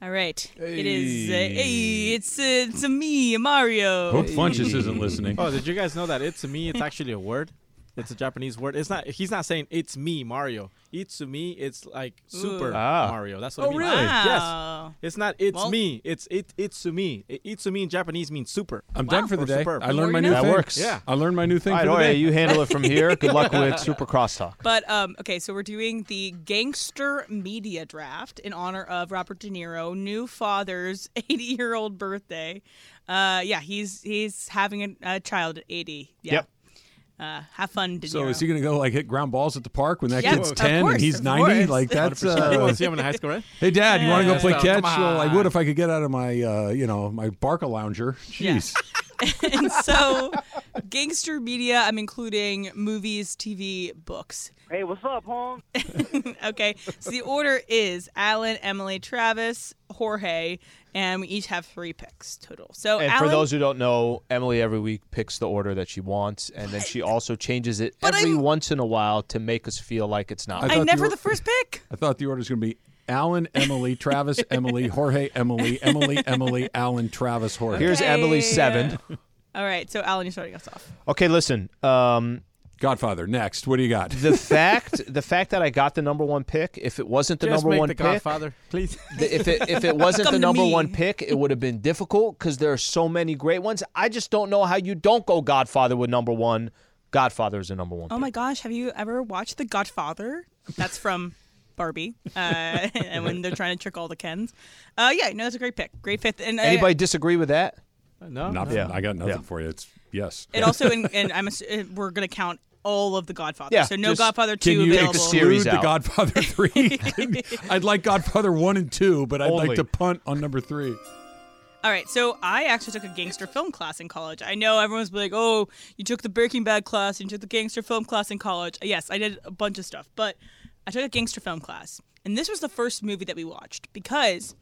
All right. It is. Uh, hey, it's uh, it's a me, Mario. Hope Funches isn't listening. Oh, did you guys know that it's me? It's actually a word. It's a Japanese word. It's not. He's not saying it's me, Mario. It's me. It's like Super Ah. Mario. That's what Oh, it means. really? Yes. Wow. It's not. It's Well- me. It's it. It's me. It's me in Japanese means super. I'm Wow. done for the Or day. superb. I learned my Or new no. thing. That works. Yeah. I learned my new thing. All right, for the Jorge, day. you handle it from here. Good luck with Super Crosstalk. But um, okay, so we're doing the gangster media draft in honor of Robert De Niro, new father's 80-year-old birthday. Uh, yeah, he's he's having a, a child at 80. Yeah. Yep. Uh, have fun, De Niro. so is he going to go like hit ground balls at the park when that Yeah, kid's of 10 course, and he's of 90? course. Like that's You uh, want to see him in high school, right? Hey dad, you want to go play Yeah. catch? Come Well, I would on. if I could get out of my uh, you know, my Barca lounger. Yeah. Jeez. and so, gangster media, I'm including movies, TV, books. Hey, what's up, home? Okay, so the order is Alan, Emily, Travis, Jorge, and we each have three picks total. So, And Alan, for those who don't know, Emily every week picks the order that she wants, and then she also changes it But every I'm- once in a while to make us feel like it's not. I I thought never you were- the first pick. I thought the order's going to be Alan, Emily, Travis, Emily, Jorge, Emily, Emily, Emily, Alan, Travis, Jorge. Here's Okay. Emily seven. All right, so Alan, you're starting us off. Okay, listen. Um, Godfather. Next, what do you got? the fact the fact that I got the number one pick, if it wasn't the Just number make one the pick, Godfather, please. th- if it if it wasn't Come the to number me. one pick, it would have been difficult because there are so many great ones. I just don't know how you don't go Godfather with number one. Godfather is the number one. Oh pick. my gosh, have you ever watched The Godfather? That's from Barbie, uh, and when they're trying to trick all the Kens. Uh, yeah, no, that's a great pick, great fifth. And uh, Anybody disagree with that? No. no. Nothing. Yeah. I got nothing Yeah. for you. It's yes. It also, in, and I'm ass- uh, we're gonna count all of The Godfather. Yeah, so no just- Godfather Can two you available. the series exclude the out. Godfather three? I'd like Godfather one and two, but I'd like Only. to punt on number three. All right, so I actually took a gangster film class in college. I know everyone's like, "Oh, you took the Breaking Bad class and you took the gangster film class in college." Yes, I did a bunch of stuff, but I took a gangster film class, and this was the first movie that we watched because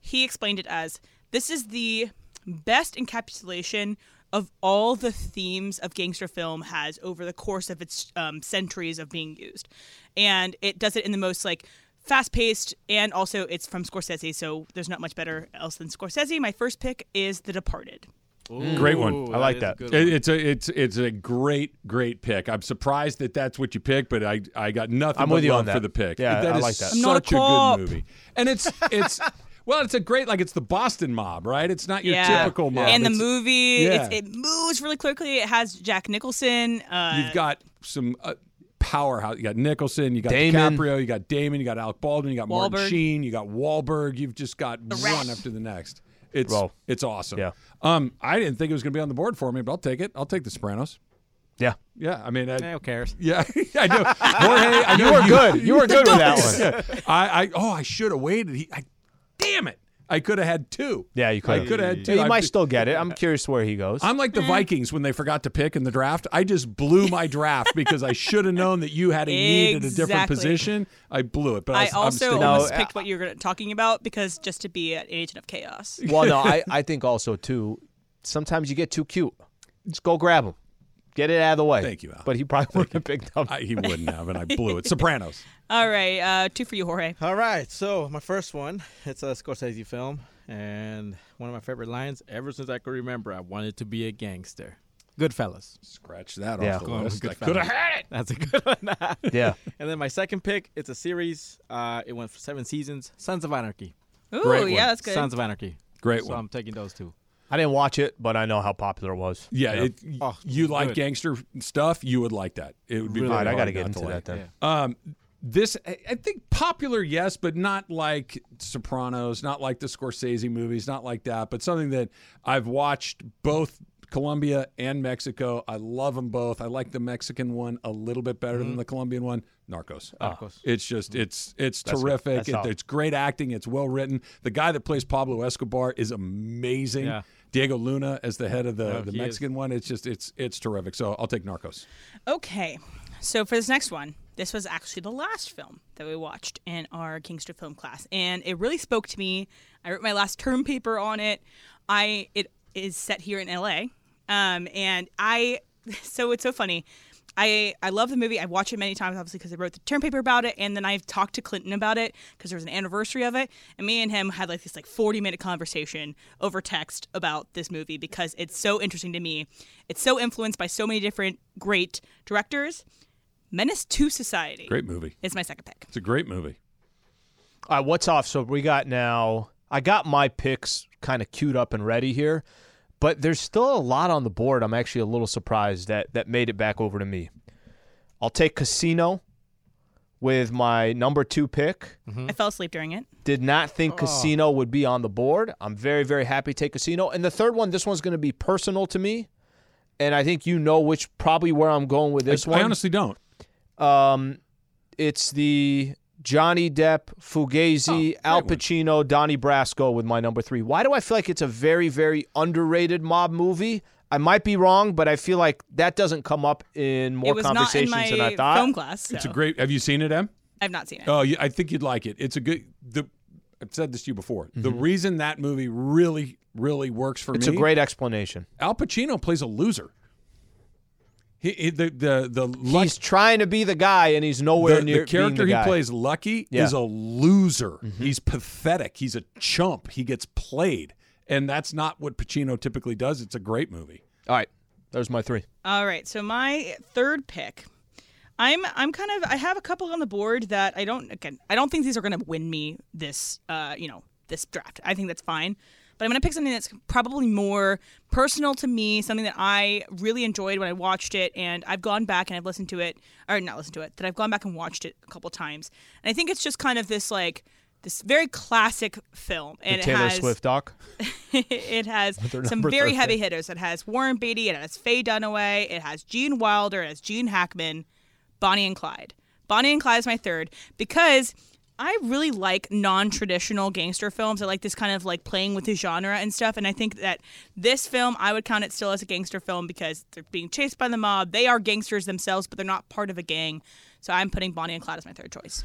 he explained it as this is the best encapsulation of all the themes of gangster film has over the course of its um, centuries of being used and it does it in the most like fast paced and also it's from scorsese so there's not much better else than scorsese my first pick is the departed Great one. I like that. is a good It, one. it's a it's it's a great great pick. I'm surprised that that's what you picked, but I I got nothing. I'm but with you love on that. for the pick. Yeah, that I is like that. Such I'm not a cop. good movie, and it's it's well, it's a great like it's the Boston mob, right? It's not your yeah typical mob. and the It's- movie it's, yeah. it moves really quickly it has jack nicholson uh, You've got some uh, powerhouse. You got Nicholson. You got Damon. DiCaprio. You got Damon. You got Alec Baldwin. You got Wahlberg. Martin Sheen. You got Wahlberg. You've just got one after the next. It's Bro. it's awesome. Yeah. Um, I didn't think it was going to be on the board for me, but I'll take it. I'll take the Sopranos. Yeah. Yeah, I mean, I, Eh, Who cares? yeah, I know. Jorge, I know You were good. You were good with that one. Yeah. I, I, oh, I should have waited. He, I, damn it, I could have had two. Yeah, you I could. could have had two. You I'm might just- still get it. I'm curious where he goes. I'm like the Mm. Vikings when they forgot to pick in the draft. I just blew my draft because I should have known that you had a need at a different Exactly. position. I blew it, but I, i was- I'm also sticking almost with No, picked what you were talking about because just to be an agent of chaos well, no, I, I think also too. Sometimes you get too cute. Just go grab him, get it out of the way. Thank you, Al. But he probably would have picked up. I, he wouldn't have, and I blew it. Sopranos. all right uh, two for you jorge All right, so my first one, it's a Scorsese film, and one of my favorite lines ever since I could remember, I wanted to be a gangster. Goodfellas. Scratch that Yeah. off the Go on, list. good I could have fellas. had it. That's a good one. yeah, and then my second pick, it's a series. Uh, it went for seven seasons. Sons of Anarchy. Ooh, Great one. yeah that's good Sons of Anarchy. Great so one. I'm taking those two. I didn't watch it, but I know how popular it was. yeah, It, Oh, you like good. gangster stuff, you would like that. It would be All really right, I got to hard get not into like. that then. Um, this, I I think, popular, yes, but not like Sopranos, not like the Scorsese movies, not like that, but something that I've watched both Colombia and Mexico. I love them both. I like the Mexican one a little bit better than the Colombian one. Narcos. Narcos. Ah, It's just, it's it's That's- terrific. that's It, all. it's great acting. It's well written. The guy that plays Pablo Escobar is amazing. Yeah. Diego Luna as the head of the, Oh, the he is. Mexican one. It's just, it's it's terrific. So I'll take Narcos. Okay, so for this next one, this was actually the last film that we watched in our Kingster film class, and it really spoke to me. I wrote my last term paper on it. I it is set here in L.A. Um, and I so it's so funny. I I love the movie. I've watched it many times, obviously, because I wrote the term paper about it, and then I've talked to Clinton about it because there was an anniversary of it, and me and him had like this like forty minute conversation over text about this movie because it's so interesting to me. It's so influenced by so many different great directors. Menace to Society Great movie. is my second pick. It's a great movie. All right, what's off? So we got now. I got my picks kind of queued up and ready here, but there's still a lot on the board. I'm actually a little surprised that that made it back over to me. I'll take Casino with my number two pick. I fell asleep during it. Did not think Oh. Casino would be on the board. I'm very very happy to take Casino. And the third one, this one's going to be personal to me, and I think you know which probably where I'm going with this I, one. I honestly don't. Um, it's the Johnny Depp, Fugazi, Al Oh, great one. Pacino, Donnie Brasco with my number three. Why do I feel like it's a very, very underrated mob movie? I might be wrong, but I feel like that doesn't come up in more it was not in conversations my than I thought. film class. So It's a great. Have you seen it, Em? I've not seen it. Oh, you, I think you'd like it. It's a good. The I've said this to you before. The reason that movie really, really works for Mm-hmm. it's me. a great explanation. Al Pacino plays a loser. He, he the the the luck- He's trying to be the guy, and he's nowhere the, near the character being the he guy. plays, Lucky, Yeah. Mm-hmm. is a loser. He's pathetic. He's a chump. He gets played, and that's not what Pacino typically does. It's a great movie. All right, there's my three. All right, so my third pick. I'm I'm kind of I have a couple on the board that I don't again I don't think these are going to win me this uh you know this draft. I think that's fine. But I'm going to pick something that's probably more personal to me, something that I really enjoyed when I watched it and I've gone back and I've listened to it or not listened to it, that I've gone back and watched it a couple times. And I think it's just kind of this like this very classic film and it the Taylor has Swift doc. it has some number very thirty. heavy hitters. It has Warren Beatty, it has Faye Dunaway, it has Gene Wilder, it has Gene Hackman, Bonnie and Clyde. Bonnie and Clyde is my third because I really like non-traditional gangster films. I like this kind of like playing with the genre and stuff. And I think that this film, I would count it still as a gangster film because they're being chased by the mob. They are gangsters themselves, but they're not part of a gang. So I'm putting Bonnie and Clyde as my third choice.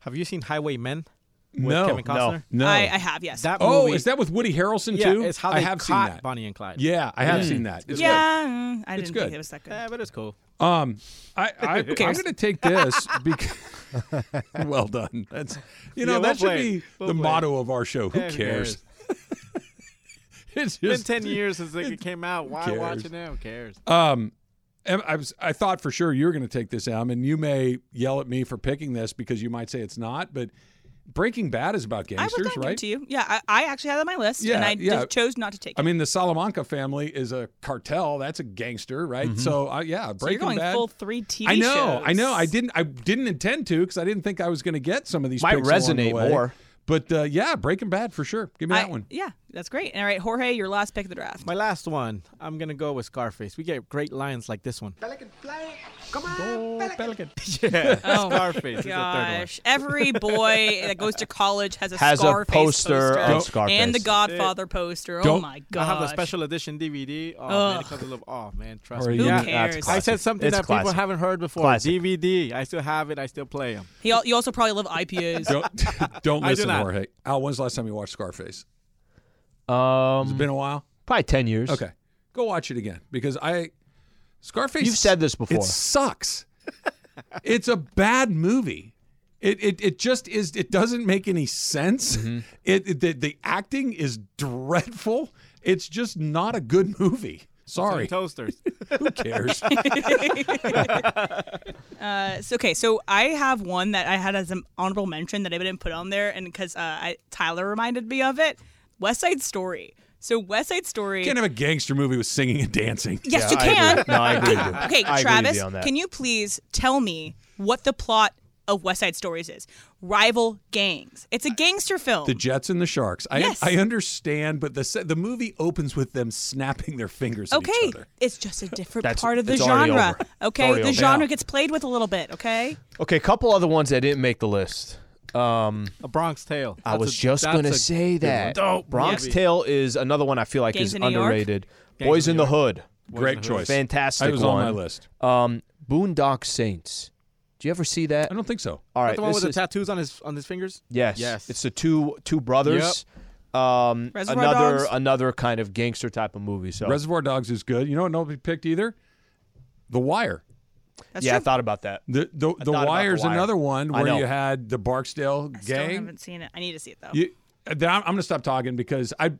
Have you seen Highway Men with no, Kevin Costner? no, no. I, I have yes. That oh, movie, is that with Woody Harrelson yeah, too? it's how I they have caught seen that. Bonnie and Clyde. Mm. Yeah, I have seen that. It's good. yeah, mm, I didn't good. Uh, think it was that good. Yeah, but it's cool. Um, I, I I'm going cares? to take this because well done. That's you know Yeah, well that should played. be Well the played. motto of our show. Who cares? It's It's just been 10 years since it came out. Why cares? watch it now? Who cares? um. Em, I was I thought for sure you were going to take this, Em, and you may yell at me for picking this because you might say it's not, but Breaking Bad is about I was gangsters, going to give right? it to you. Yeah, I, I actually had it on my list, Yeah, and I yeah. just chose not to take it. I mean, the Salamanca family is a cartel. That's a gangster, right? Mm-hmm. So, uh, yeah, so you're Breaking going Bad. full three TV I know, shows. I know. I didn't, I didn't intend to because I didn't think I was going to get some of these. Might picks along the resonate way. more. but uh, yeah, Breaking Bad for sure. Give me I- that one. Yeah, that's great. All right, Jorge, your last pick of the draft. My last one, I'm going to go with Scarface. We get great lines like this one. Pelican fly. Come on, Pelican. Yeah, Oh, Scarface is the third one. Gosh, every boy that goes to college has a Has a Scarface poster of and Scarface. the Godfather poster. Oh Don't- my I god! have the special edition DVD. Oh, man, it comes a little, oh man, trust Or me. you- Who Yeah, cares? that's I classic. said something It's that people classic. haven't heard before. Classic. DVD. I still have it. I still play them. He, al- you also probably love IPAs. Don't, don't I do listen, not. Jorge. Al, when's the last time you watched Scarface? Um, It's been a while. probably ten years. Okay, go watch it again because I Scarface. You've said this before. It sucks. it's a bad movie. It, it, it just is it doesn't make any sense. Mm-hmm. It, it- the, the acting is dreadful. It's just not a good movie. Sorry. Toasters. Who cares? Uh, so, okay, so I have one that I had as an honorable mention that I didn't put on there, and because uh, I- Tyler reminded me of it. West Side Story. So West Side Story. Can't have a gangster movie with singing and dancing. yes, Yeah, you I can. agree. No, I agree with you. Okay, I agree with Travis, you on that. can you please tell me what the plot of West Side Stories is? Rival gangs. It's a gangster film. The Jets and the Sharks. I Yes. I understand, but the se- the movie opens with them snapping their fingers okay, at each other. it's just a different That's- part of the it's already genre. over. It's Okay, already the over. genre gets played with a little bit. Okay, Okay, a couple other ones that didn't make the list. Um, A Bronx Tale. I was just gonna say that. Bronx movie. Tale is another one I feel like Gangs is of New York? underrated. Boys in the Hood, Great choice. fantastic. It was one. on my list. Um, Boondock Saints. Do you ever see that? I don't think so. All right, the one this with the is- tattoos on his on his fingers. Yes. Yes. It's the two two brothers. Um, Reservoir another Dogs? another kind of gangster type of movie. So Reservoir Dogs is good. You know what nobody picked either? The Wire. that's yeah, I true. thought about that. The the, the about The Wire's Wire. another one I where know. you had the Barksdale Still gang. haven't seen it. I need to see it though. You, then I'm, I'm going to stop talking because I.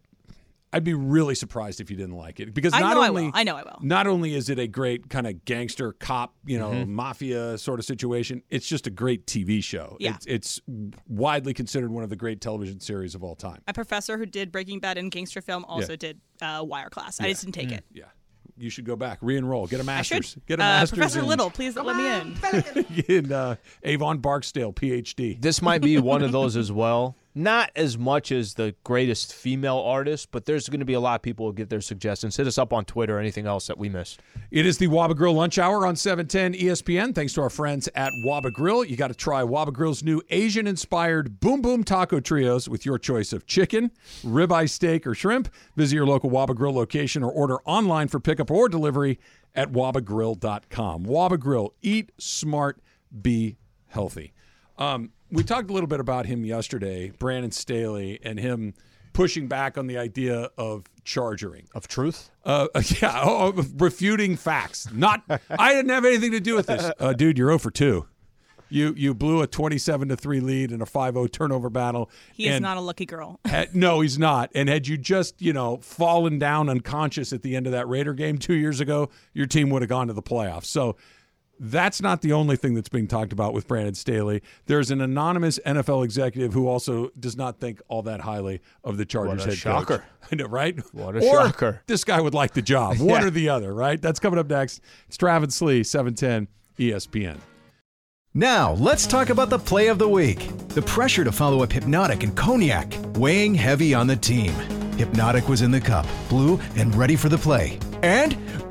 I'd be really surprised if you didn't like it because I not know I only will. I know I will. Not only is it a great kind of gangster cop, you know, Mm-hmm. mafia sort of situation, it's just a great TV show. Yeah. It's, it's widely considered one of the great television series of all time. My professor who did Breaking Bad and gangster film also did uh, Wire class. I just didn't Mm. take it. Yeah, you should go back, re-enroll, get a I should. master's, get a Uh, master's professor in, Little, please let me in. in uh, Avon Barksdale, PhD. This might be one of those as well. Not as much as the greatest female artist, but there's going to be a lot of people who get their suggestions. Hit us up on Twitter or anything else that we missed. It is the Waba Grill Lunch Hour on E 710 ESPN. Thanks to our friends at Waba Grill. You got to try Waba Grill's new Asian inspired Boom Boom Taco Trios with your choice of chicken, ribeye steak, or shrimp. Visit your local Waba Grill location or order online for pickup or delivery at wabagrill.com. Waba Grill, eat smart, be healthy. Um, we talked a little bit about him yesterday, Brandon Staley, and him pushing back on the idea of chargering Of truth? uh, yeah, oh, oh, refuting facts. Not, I didn't have anything to do with this, uh, dude. You're 0 for two. You you blew a 27 to three lead in a 5-0 turnover battle. He is and not a lucky girl. had- no, he's not. And had you just you know fallen down unconscious at the end of that Raider game two years ago, your team would have gone to the playoffs. So. That's not the only thing that's being talked about with Brandon Staley. There's an anonymous NFL executive who also does not think all that highly of the Chargers a head coach. shocker. I know, right? What a or shocker. This guy would like the job. One or the other, right? That's coming up next. It's Travis Slee, 710 ESPN. Now, let's talk about the play of the week. The pressure to follow up Hypnotic and Cognac, weighing heavy on the team. Hypnotic was in the cup, blue, and ready for the play. And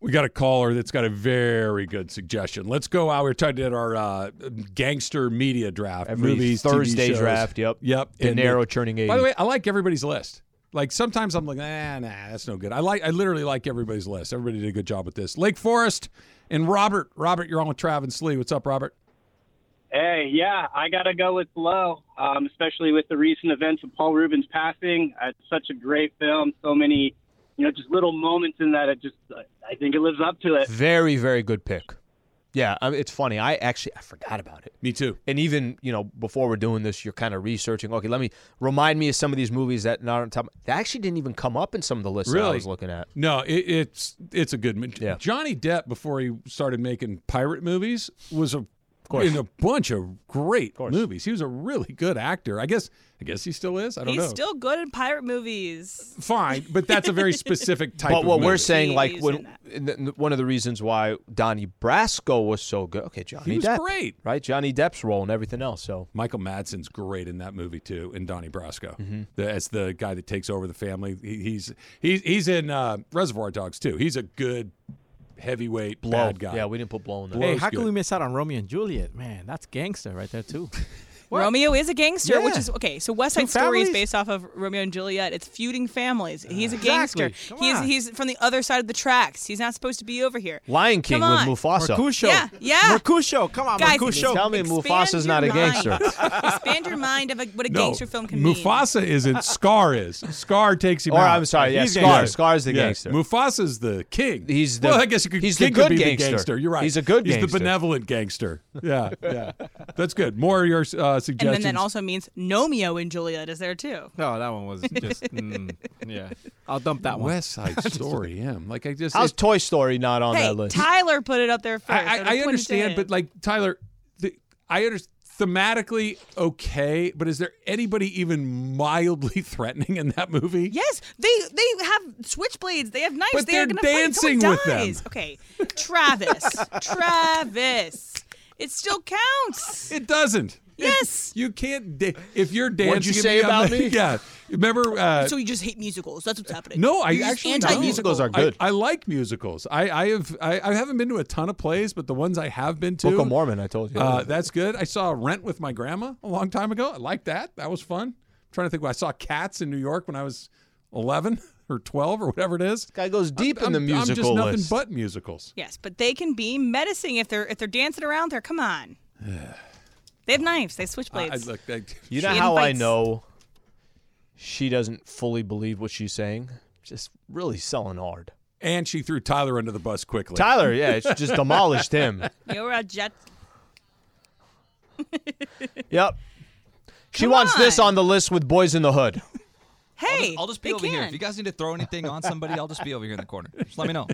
We got a caller that's got a very good suggestion. Let's go out. We We're talking about our uh, gangster media draft. Every movies, TV Thursday shows. draft, yep. Yep. De And, uh, Niro churning By 80. the way, I like everybody's list. Like sometimes I'm like, nah, nah, that's no good. I like I literally like everybody's list. Everybody did a good job with this. Lake Forest and Robert. Robert, you're on with Travis Slee. What's up, Robert? Hey, yeah, I got to go with Low, um, especially with the recent events of Paul Rubens passing. Uh, It's such a great film. So many, you know, just little moments in that. It just, I think it lives up to it. Very, very good pick. Yeah, I mean, it's funny. I actually I forgot about it. Me too. and even you know before we're doing this, you're kind of researching. Okay, let me remind me of some of these movies that not on top. That actually didn't even come up in some of the lists that I Really? was looking at. No, it, it's it's a good. mo- Yeah. Johnny Depp before he started making pirate movies was a course. in a bunch of great movies. He was a really good actor. I guess I guess he still is. I don't He's know. still good in pirate movies. Fine, but that's a very specific type But of what we're movie. saying, like Please when n- n- one of the reasons why Donnie Brasco was so good. Okay, Johnny was Depp, great. right? Johnny Depp's role and everything else. So Michael Madsen's great in that movie too, and Donnie Brasco Mm-hmm. the, as the guy that takes over the family. He, he's he's he's in uh, Reservoir Dogs too. He's a good heavyweight blow. bad guy. Yeah, we didn't put blow in there. Blow. Hey, Blow's how can good. we miss out on Romeo and Juliet? Man, that's gangster right there too. Romeo is a gangster, which Yeah. is okay. So West Side Two Story is families? based off of Romeo and Juliet. It's feuding families. He's a gangster. Exactly. Come He's on. he's from the other side of the tracks. He's not supposed to be over here. Lion King Come with on. Mufasa. Mercutio. Yeah, yeah. Mercutio. Come on, Guys, Mercutio. Tell me expand Mufasa's not a your gangster. mind. expand your mind of a, what a No, gangster film can mean. Mufasa isn't. Scar is. Scar takes him Or, out. I'm sorry, yeah, He's Scar. gangster. Scar's the gangster. Mufasa's the king. He's the- well, I guess you could, he's the king good could be gangster. The gangster. You're right. He's a good He's gangster. the benevolent gangster. Yeah, yeah. That's good. More of your uh, suggestions. And then that also means Nomeo and Juliet is there too. No, that one was just. mm, yeah, I'll dump that one. West Side Story. Him. Like I just. How's it- Toy Story not on Hey, that list? Tyler put it up there first. I, that's I, I what it understand, is. but like Tyler, the, I understand thematically okay, but is there anybody even mildly threatening in that movie? Yes, they they have switchblades. They have knives. But they are they're gonna fight. Someone dancing with them. dies. Okay, Travis, Travis, it still counts. It doesn't. It- Yes. you can't. Da- if you're dancing, What'd you at say me, I'm not- about me? Yeah, remember? Uh, So you just hate musicals. That's what's happening. no, I You're just actually anti don't. musicals are good. I, I like musicals. I, I have I, I haven't been to a ton of plays, but the ones I have been to, Book of Mormon. I told you. Uh, that's good. I saw Rent with my grandma a long time ago. I liked that. That was fun. I'm trying to think. I saw Cats in New York when I was 11 or 12 or whatever it is. guy goes deep in the I'm- I'm just musical nothing list. but musicals. Yes, but they can be menacing if they're if they're dancing around there. Come on. they have knives. They I, have I switchblades. look, I, you know She how I invites- know she doesn't fully believe what she's saying? Just really selling hard. and she threw Tyler under the bus quickly. Tyler, yeah, she just demolished him. You're a jet. Yep. She Come wants this on. on the list with Boys in the Hood. Hey, I'll just be they over can. here. If you guys need to throw anything on somebody, I'll just be over here in the corner. Just let me know.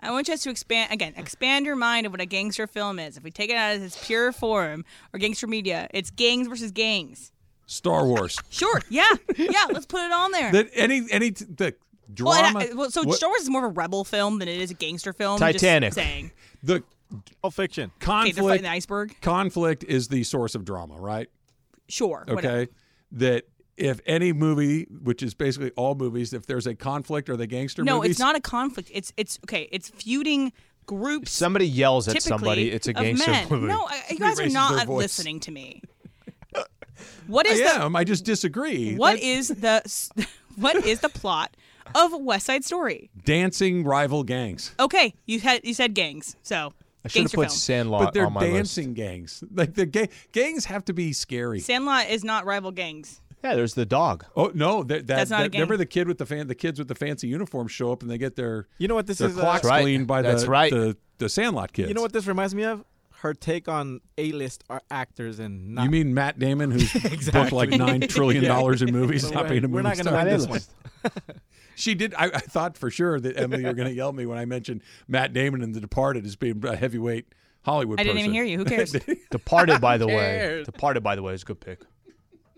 I want you guys to expand again, expand your mind of what a gangster film is. If we take it out of its pure form or gangster media, it's gangs versus gangs. Star Wars. Sure, yeah, yeah. Let's put it on there. that any any t- the well, and drama. I- well, so what- Star Wars is more of a rebel film than it is a gangster film. just Titanic. saying the Pulp Fiction. okay, they're fighting conflict the iceberg. conflict is the source of drama, right? Sure. okay Whatever. that if any movie which is basically all movies if there's a conflict or the gangster No, movies, it's not a conflict. It's it's okay. It's feuding groups. Somebody yells at typically somebody. It's a of gangster men. movie. No, I, you guys are raises their not voice. listening to me. What i is the am i just disagree what That's is the what is the plot of West Side Story? dancing rival gangs Okay, you had you said gangs, so I should have gangster put film. Sandlot but they're on my dancing gangs like the ga- gangs have to be scary Sandlot is not rival gangs. list. Yeah, there's the dog. oh no that, that, That's not a that- gang. remember the kid with the fan the kids with the fancy uniforms show up and they get their You know what this their is? uh, clocks That's right. cleaned by That's the, right. the the sandlot kids you know what this reminds me of? Her take on A-list ar- actors and not. you mean Matt Damon, who's booked like nine trillion dollars in movies, We're- not being a movie We're not going to star? win this one. She did. I, I thought for sure that Emily, you were going to yell at me when I mentioned Matt Damon in The Departed as being a heavyweight Hollywood. I didn't even person. hear you. Who cares? Departed, by the way. Departed, by the way, is a good pick.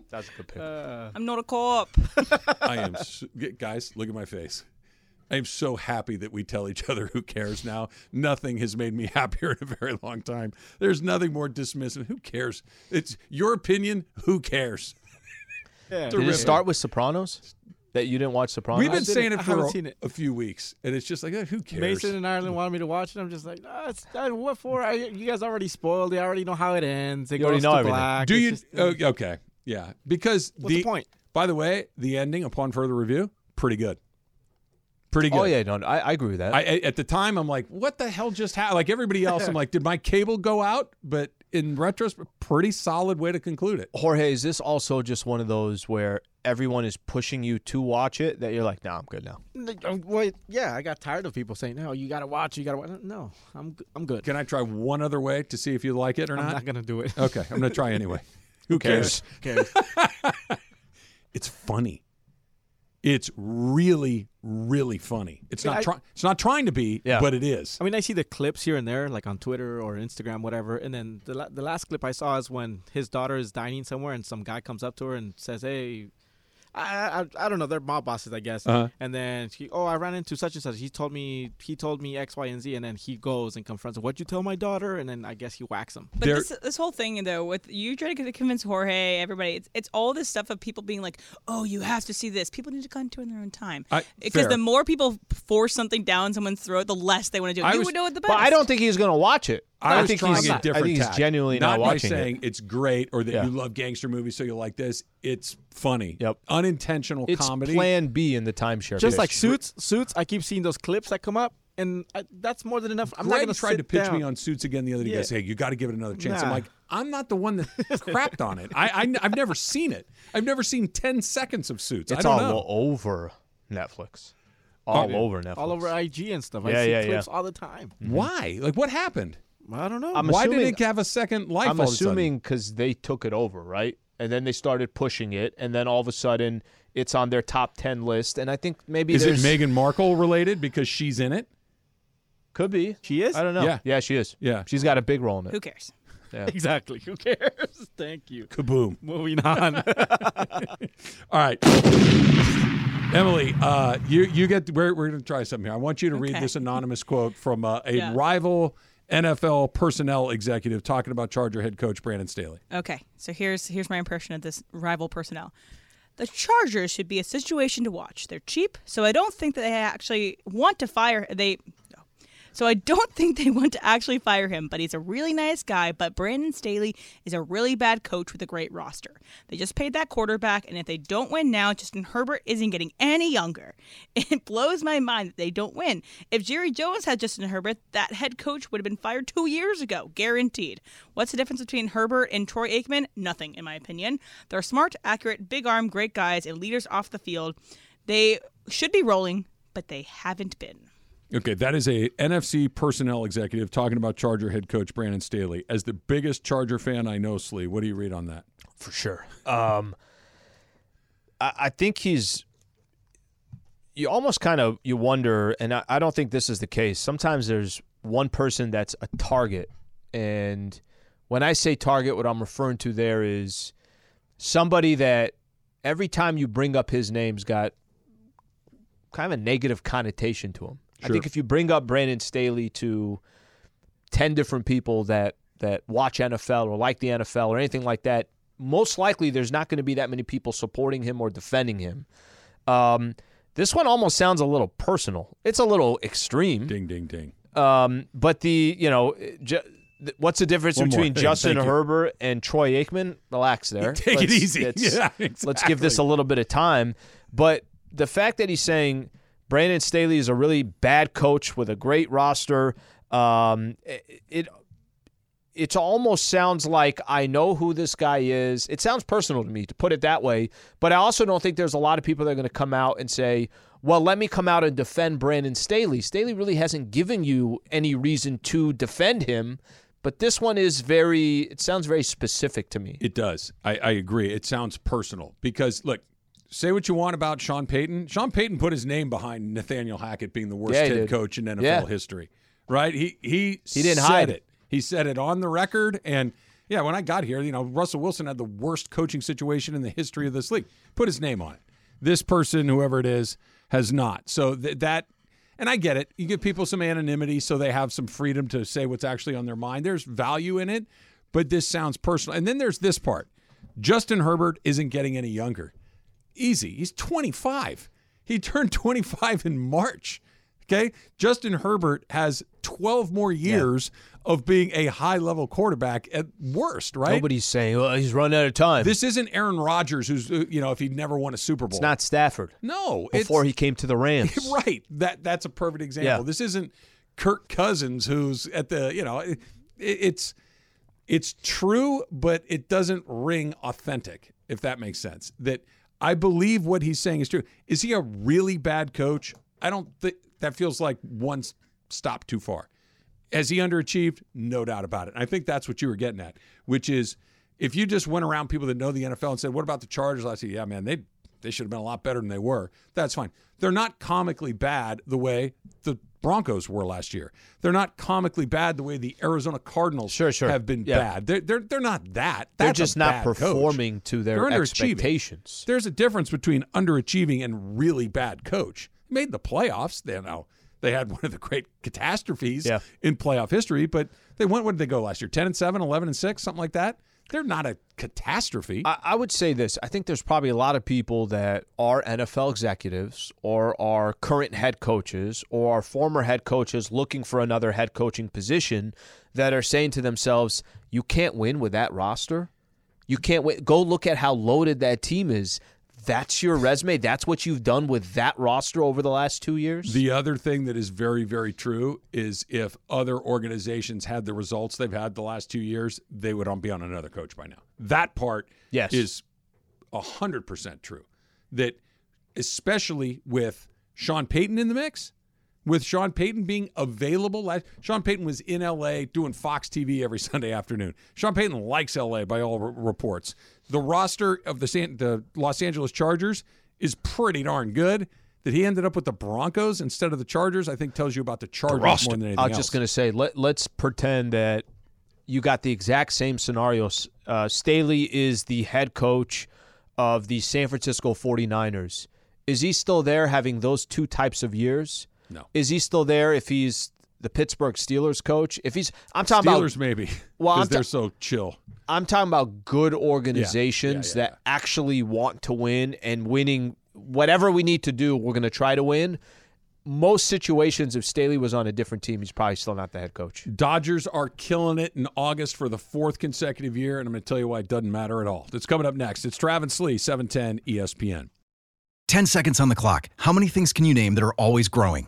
That's a good pick. I'm not a cop. I am, s- g- guys. Look at my face. I am so happy that we tell each other who cares now. Nothing has made me happier in a very long time. There's nothing more dismissive. Who cares? It's your opinion. Who cares? Did it Terrific. start with Sopranos? That you didn't watch Sopranos? We've been didn't- saying it I for haven't a, seen it. a few weeks, and it's just like, eh, who cares? Mason in Ireland wanted me to watch it. I'm just like, ah, it's, uh, what for? I, you guys already spoiled. it. I already know how it ends. It You already goes know to everything. black. Do It's you? just- oh, okay. Yeah. Because What's the point? By the way, the ending upon further review, pretty good. Pretty good. Oh, yeah, no, I, I agree with that. I, I- at the time, I'm like, what the hell just happened? Like everybody else, I'm like, did my cable go out? But in retrospect, pretty solid way to conclude it. Jorge, is this also just one of those where everyone is pushing you to watch it that you're like, nah, I'm good now? Uh, Well, yeah, I got tired of people saying, no, you got to watch. You got to watch. No, I'm, g- I'm good. Can I try one other way to see if you like it or I'm not? not going to do it. okay, I'm going to try anyway. Who cares? Cares. It's funny. It's really, really funny. It's Yeah, not I- trying. It's not trying to be, but it is. I mean, I see the clips here and there, like on Twitter or Instagram, whatever. And then the, la- the last clip I saw is when his daughter is dining somewhere and some guy comes up to her and says, Hey, I, I, I don't know. They're mob bosses, I guess. Uh-huh. And then she, oh, I ran into such and such. He told me he told me X, Y, and Z. And then he goes and confronts him. What'd you tell my daughter? And then I guess he whacks him. But this, this whole thing though, with you trying to convince Jorge, everybody, it's, it's all this stuff of people being like, "Oh, you have to see this." People need to come to it in their own time I- because fair. the more people force something down someone's throat, the less they want to do it. I you was- would know it the best. But I don't think he's going to watch it. I, was think trying he's a different I think he's tack. genuinely not, not, by watching saying it. it's great or that Yeah. you love gangster movies so you like this. It's funny. Yep. Unintentional It's comedy. Plan B in the timeshare. Just business. like Suits, suits. I keep seeing those clips that come up, and I, that's more than enough. I'm not Greg going tried to pitch me on Suits again the other day. He Yeah. goes, "Hey, you got to give it another chance." I'm Nah. like, "I'm not the one that crapped on it. I, I have never seen it. I've never seen ten seconds of Suits. I It's don't all know. Oh. over Netflix. All yeah. over Netflix. all over IG and stuff. Yeah, I see yeah, clips yeah. all the time. Why? Like, what happened? I don't know. I'm Oh. Why assuming- did it have a second life? I'm all of a sudden? assuming because they took it over, right? And then they started pushing it, and then all of a sudden it's on their top ten list. And I think maybe Is it there's- Meghan Markle related because she's in it? Could be. She is. I don't know. Yeah. she is. Yeah, she's got a big role in it. Who cares? Yeah. Exactly. Who cares? Thank you. Kaboom. Moving on. All right. Emily, uh, you you get we're, we're going to try something here. I want you to read Okay. this anonymous quote from uh, a Yeah. rival NFL personnel executive talking about Charger head coach Brandon Staley. Okay, so here's here's my impression of this rival personnel. The Chargers should be a situation to watch. They're cheap, so I don't think that they actually want to fire they. no. So I don't think they want to actually fire him, but he's a really nice guy. But Brandon Staley is a really bad coach with a great roster. They just paid that quarterback, and if they don't win now, Justin Herbert isn't getting any younger. It blows my mind that they don't win. If Jerry Jones had Justin Herbert, that head coach would have been fired two years ago, guaranteed. What's the difference between Herbert and Troy Aikman? Nothing, in my opinion. They're smart, accurate, big arm, great guys, and leaders off the field. They should be rolling, but they haven't been. Okay, that is a NFC personnel executive talking about Charger head coach Brandon Staley. As the biggest Charger fan I know, Slee, what do you read on that? for sure. Um, I, I think he's. You almost kind of you wonder, and I, I don't think this is the case. Sometimes there's one person that's a target, and when I say target, what I'm referring to there is somebody that every time you bring up his name's got kind of a negative connotation to him. I Sure. think if you bring up Brandon Staley to 10 different people that that watch NFL or like the NFL or anything like that, most likely there's not going to be that many people supporting him or defending him. Um, this one almost sounds a little personal. It's a little extreme. Ding ding ding. Um, but the you know, ju- th- what's the difference One more. between Justin Thank you. Herbert and Troy Aikman? Relax there. Take it easy. let's- Yeah, Let's give this a exactly. little bit of time. But the fact that he's saying Brandon Staley is a really bad coach with a great roster, um, it. it it almost sounds like I know who this guy is. It sounds personal to me to put it that way, but I also don't think there's a lot of people that are going to come out and say, "Well, let me come out and defend Brandon Staley." Staley really hasn't given you any reason to defend him, but this one is very it sounds very specific to me. It does. I, I agree. It sounds personal because look, say what you want about Sean Payton. Sean Payton put his name behind Nathaniel Hackett being the worst Yeah, he head did. coach in NFL Yeah. history. Right? He he He said didn't hide. it. He said it on the record and yeah, when I got here, you know, Russell Wilson had the worst coaching situation in the history of this league. Put his name on it. This person, whoever it is, has not. So th- that and I get it. You give people some anonymity so they have some freedom to say what's actually on their mind. There's value in it, but this sounds personal. And then there's this part Justin Herbert isn't getting any younger. Easy. He's 25. He turned 25 in March. Okay. Justin Herbert has 12 more years of being a high level quarterback at worst, right? Nobody's saying, "Well, he's run out of time." This isn't Aaron Rodgers, who's, uh, you know, if he'd never won a Super Bowl. it's not Stafford. No, it's- Before he came to the Rams. right. That that's a perfect example. Yeah. This isn't Kirk Cousins who's at the you know it, it's it's true, but it doesn't ring authentic. If that makes sense, that I believe what he's saying is true. Is he a really bad coach? I don't think that feels like one s- stop too far. Has he underachieved? No doubt about it. And I think that's what you were getting at, which is if you just went around people that know the NFL and said, "What about the Chargers last year?" Yeah, man, they They should have been a lot better than they were. That's fine. They're not comically bad the way the Broncos were last year. They're not comically bad the way the Arizona Cardinals sure. have been Yeah. bad. They're, they're, they're not that. They're That's a just not bad coach. performing to their They're underachieving. expectations. There's a difference between underachieving and really bad coach. They made the playoffs. They know they had one of the great catastrophes Yeah. in playoff history, but they went. What did they go last year? Ten and seven, 11 and six, something like that. They're not a catastrophe. I, I would say this. I think there's probably a lot of people that are NFL executives or are current head coaches or are former head coaches looking for another head coaching position that are saying to themselves, you can't win with that roster. You can't wait. Go look at how loaded that team is. That's your resume. That's what you've done with that roster over the last two years. The other thing that is very, very true is if other organizations had the results they've had the last two years, they would be on another coach by now. That part Yes. is 100% true. That especially with Sean Payton in the mix, with Sean Payton being available. Last, Sean Payton was in L.A. doing Fox TV every Sunday afternoon. Sean Payton likes L.A. by all r- reports. The roster of the, San, the Los Angeles Chargers is pretty darn good. That he ended up with the Broncos instead of the Chargers, I think tells you about the Chargers roster. more than anything I was else. just going to say, let, let's pretend that you got the exact same scenario. S- Uh, Staley is the head coach of the San Francisco 49ers. Is he still there having those two types of years? No. Is he still there if he's the Pittsburgh Steelers coach? If he's, I'm talking about Steelers maybe Well, I'm because ta- they're so chill. I'm talking about good organizations that actually want to win and winning whatever we need to do, we're going to try to win. Most situations, if Staley was on a different team, he's probably still not the head coach. Dodgers are killing it in August for the fourth consecutive year, and I'm going to tell you why it doesn't matter at all. It's coming up next. It's Travis Lee, E 710 ESPN. 10 seconds on the clock. How many things can you name that are always growing?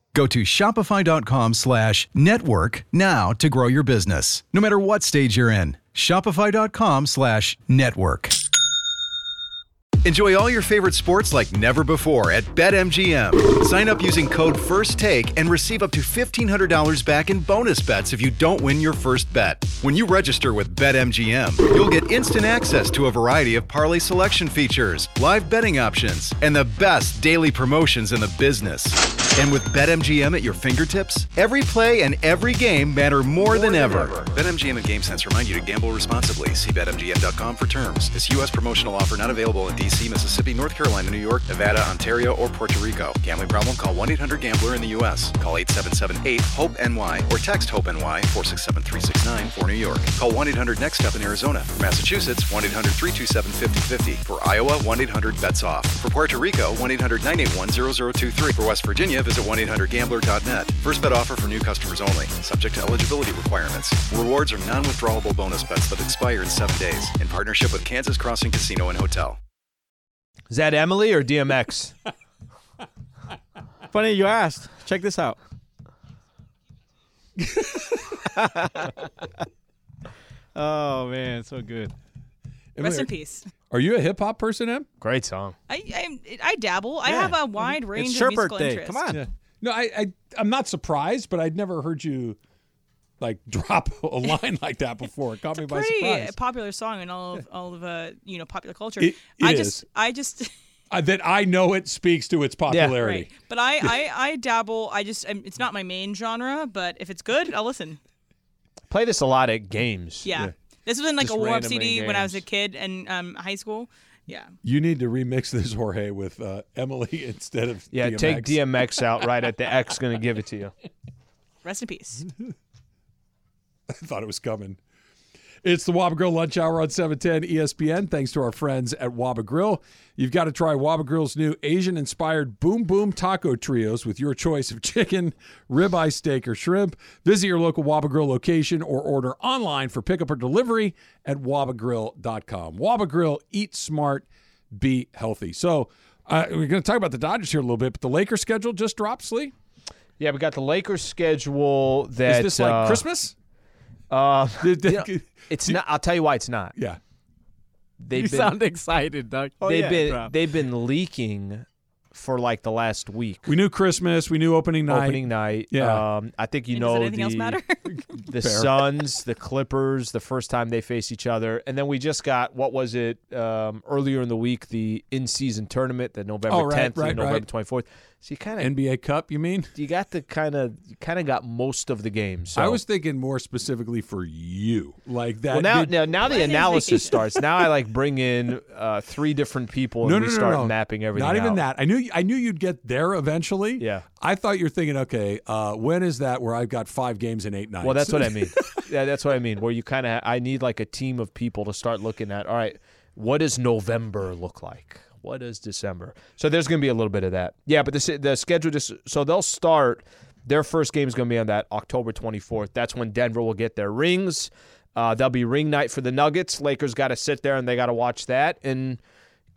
Go to shopify.com slash network now to grow your business, no matter what stage you're in. Shopify.com slash network. Enjoy all your favorite sports like never before at BetMGM. Sign up using code FIRSTTAKE and receive up to $1,500 back in bonus bets if you don't win your first bet. When you register with BetMGM, you'll get instant access to a variety of parlay selection features, live betting options, and the best daily promotions in the business. And with BetMGM at your fingertips, every play and every game matter more, than, ever. BetMGM and GameSense remind you to gamble responsibly. See BetMGM.com for terms. This U.S. promotional offer not available in D.C., Mississippi, North Carolina, New York, Nevada, Ontario, or Puerto Rico. Gambling problem? Call 1 800 Gambler in the U.S. Call 877 8 HOPE NY or text HOPE NY 467 369 for New York. Call 1 800 Next Step in Arizona. For Massachusetts, 1 800 327 5050. For Iowa, 1 800 Bets Off. For Puerto Rico, 1 800 981 0023. For West Virginia, visit 1 800 Gambler.net. First bet offer for new customers only, subject to eligibility requirements. Rewards are non withdrawable bonus bets that expire in seven days in partnership with Kansas Crossing Casino and Hotel. Is that Emily or DMX? Funny you asked. Check this out. oh man, so good. Rest in peace. Are you a hip hop person, Em? Great song. I I, I dabble. I have a wide range It's of your musical birthday. interests. Come on. No, I, I I'm not surprised, but I'd never heard you like drop a line like that before. It caught me by Pretty uh, surprise. popular song in all of all of uh, you know popular culture. It- I it just is. I just Uh, that I know it speaks to its popularity. Right. But I, I, I dabble. I just, I'm, it's not my main genre, but if it's good, I'll listen. Play this a lot at games. Yeah. This was in like Just a warm up randomly CD when I was a games. kid and um, high school. Yeah. You need to remix this Jorge with uh, Emily instead of Yeah, DMX. take DMX out right at the X going to give it to you. Rest in peace. I thought it was coming. It's the Waba Grill Lunch Hour on E 710 ESPN. Thanks to our friends at Waba Grill. You've got to try Waba Grill's new Asian inspired Boom Boom Taco Trios with your choice of chicken, ribeye steak, or shrimp. Visit your local Waba Grill location or order online for pickup or delivery at wabagrill.com. Waba Grill, eat smart, be healthy. So, uh, we're going to talk about the Dodgers here a little bit, but the Lakers schedule just drops, Lee. Yeah, we got the Lakers schedule. That this like uh, Christmas? Uh, you know, it's not. I'll tell you why it's not. Yeah, they've you been sound oh, excited, Doug. Oh, they've been they've been leaking for like the last week. We knew Christmas. We knew opening night. Opening night. Yeah. Um, I think you And does know anything the else matter? the Fair. Suns, the Clippers, the first time they face each other, and then we just got what was it um, earlier in the week? The in-season tournament, the November Oh, right, 10th right, and November right. 24th. So you kind of NBA Cup, you mean? you got the kind of you kind of got most of the games. So. I was thinking more specifically for you, like that. well now did- now, now the Why did we- analysis starts. Now I like bring in uh, three different people and no, we no, no, start no, mapping everything. Not even out. that. I knew I knew you'd get there eventually. Yeah. I thought you're thinking, okay, uh, when is that where I've got five games in eight nights? Well, that's what I mean. yeah, that's what I mean. Where you kind of, I need like a team of people to start looking at. All right, what does November look like? What does December? So there's going to be a little bit of that. Yeah, but the the schedule just so they'll start. Their first game is going to be on that October 24th. That's when Denver will get their rings. Uh, that'll be ring night for the Nuggets. Lakers got to sit there and they got to watch that and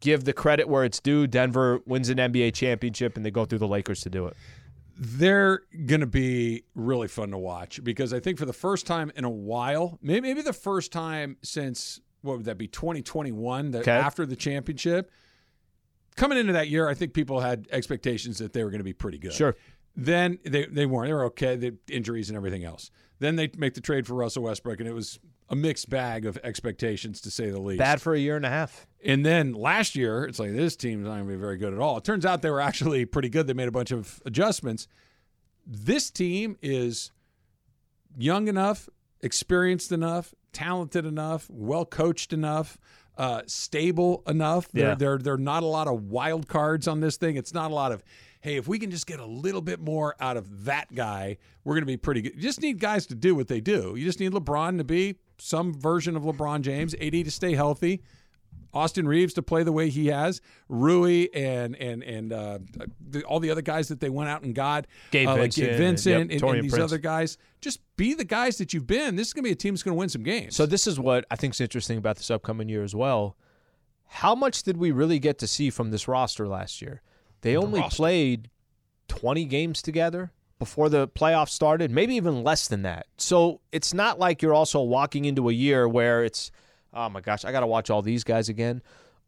give the credit where it's due. Denver wins an NBA championship and they go through the Lakers to do it. they're going to be really fun to watch because I think for the first time in a while, maybe, maybe the first time since what would that be 2021 that Okay. after the championship coming into that year, I think people had expectations that they were going to be pretty good. Sure. Then they, they weren't. They were okay. The injuries and everything else. Then they make the trade for Russell Westbrook, and it was a mixed bag of expectations to say the least. Bad for a year and a half. And then last year, it's like this team's not going to be very good at all. It turns out they were actually pretty good. They made a bunch of adjustments. This team is young enough, experienced enough, talented enough, well coached enough, uh, stable enough. There, Yeah. there, there are not a lot of wild cards on this thing. It's not a lot of, hey, if we can just get a little bit more out of that guy, we're going to be pretty good. You just need guys to do what they do. You just need LeBron to be some version of LeBron James, AD to stay healthy. Austin Reeves to play the way he has, Rui and and and uh, the, all the other guys that they went out and got, Gabe uh, Vincent like Gabe and- Vincent yep, and, and Torian these Prince. other guys. Just be the guys that you've been. This is going to be a team that's going to win some games. So this is what I think is interesting about this upcoming year as well. How much did we really get to see from this roster last year? They only played 20 games together before the playoffs started, maybe even less than that. So it's not like you're also walking into a year where it's, oh my gosh, I got to watch all these guys again.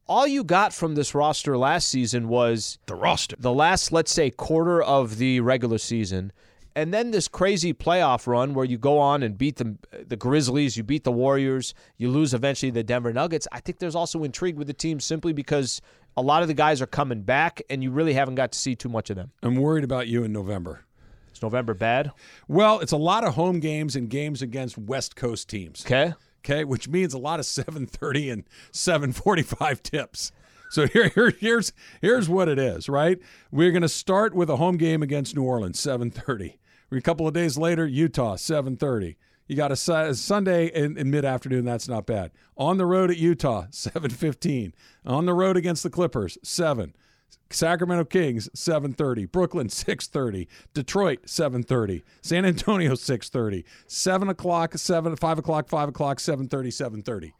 All you got from this roster last season was The roster. the last, let's say, quarter of the regular season, and then this crazy playoff run where you go on and beat the the Grizzlies, you beat the Warriors, you lose eventually the Denver Nuggets. I think there's also intrigue with the team simply because a lot of the guys are coming back, and you really haven't got to see too much of them. I'm worried about you in November. It's November bad. Well, it's a lot of home games and games against West Coast teams. Okay. okay, which means a lot of 7:30 and 7:45 tips. So here, here here's here's what it is, right? We're going to start with a home game against New Orleans, 7:30. A couple of days later, Utah, 7:30. You got a, Su- a Sunday in, in mid-afternoon. That's not bad. On the road at Utah, 7:15. On the road against the Clippers, seven. Sacramento Kings 7:30, Brooklyn 6:30, Detroit 7:30, San Antonio 6:30, seven o'clock, seven five o'clock, five o'clock, 7:30, 7:30.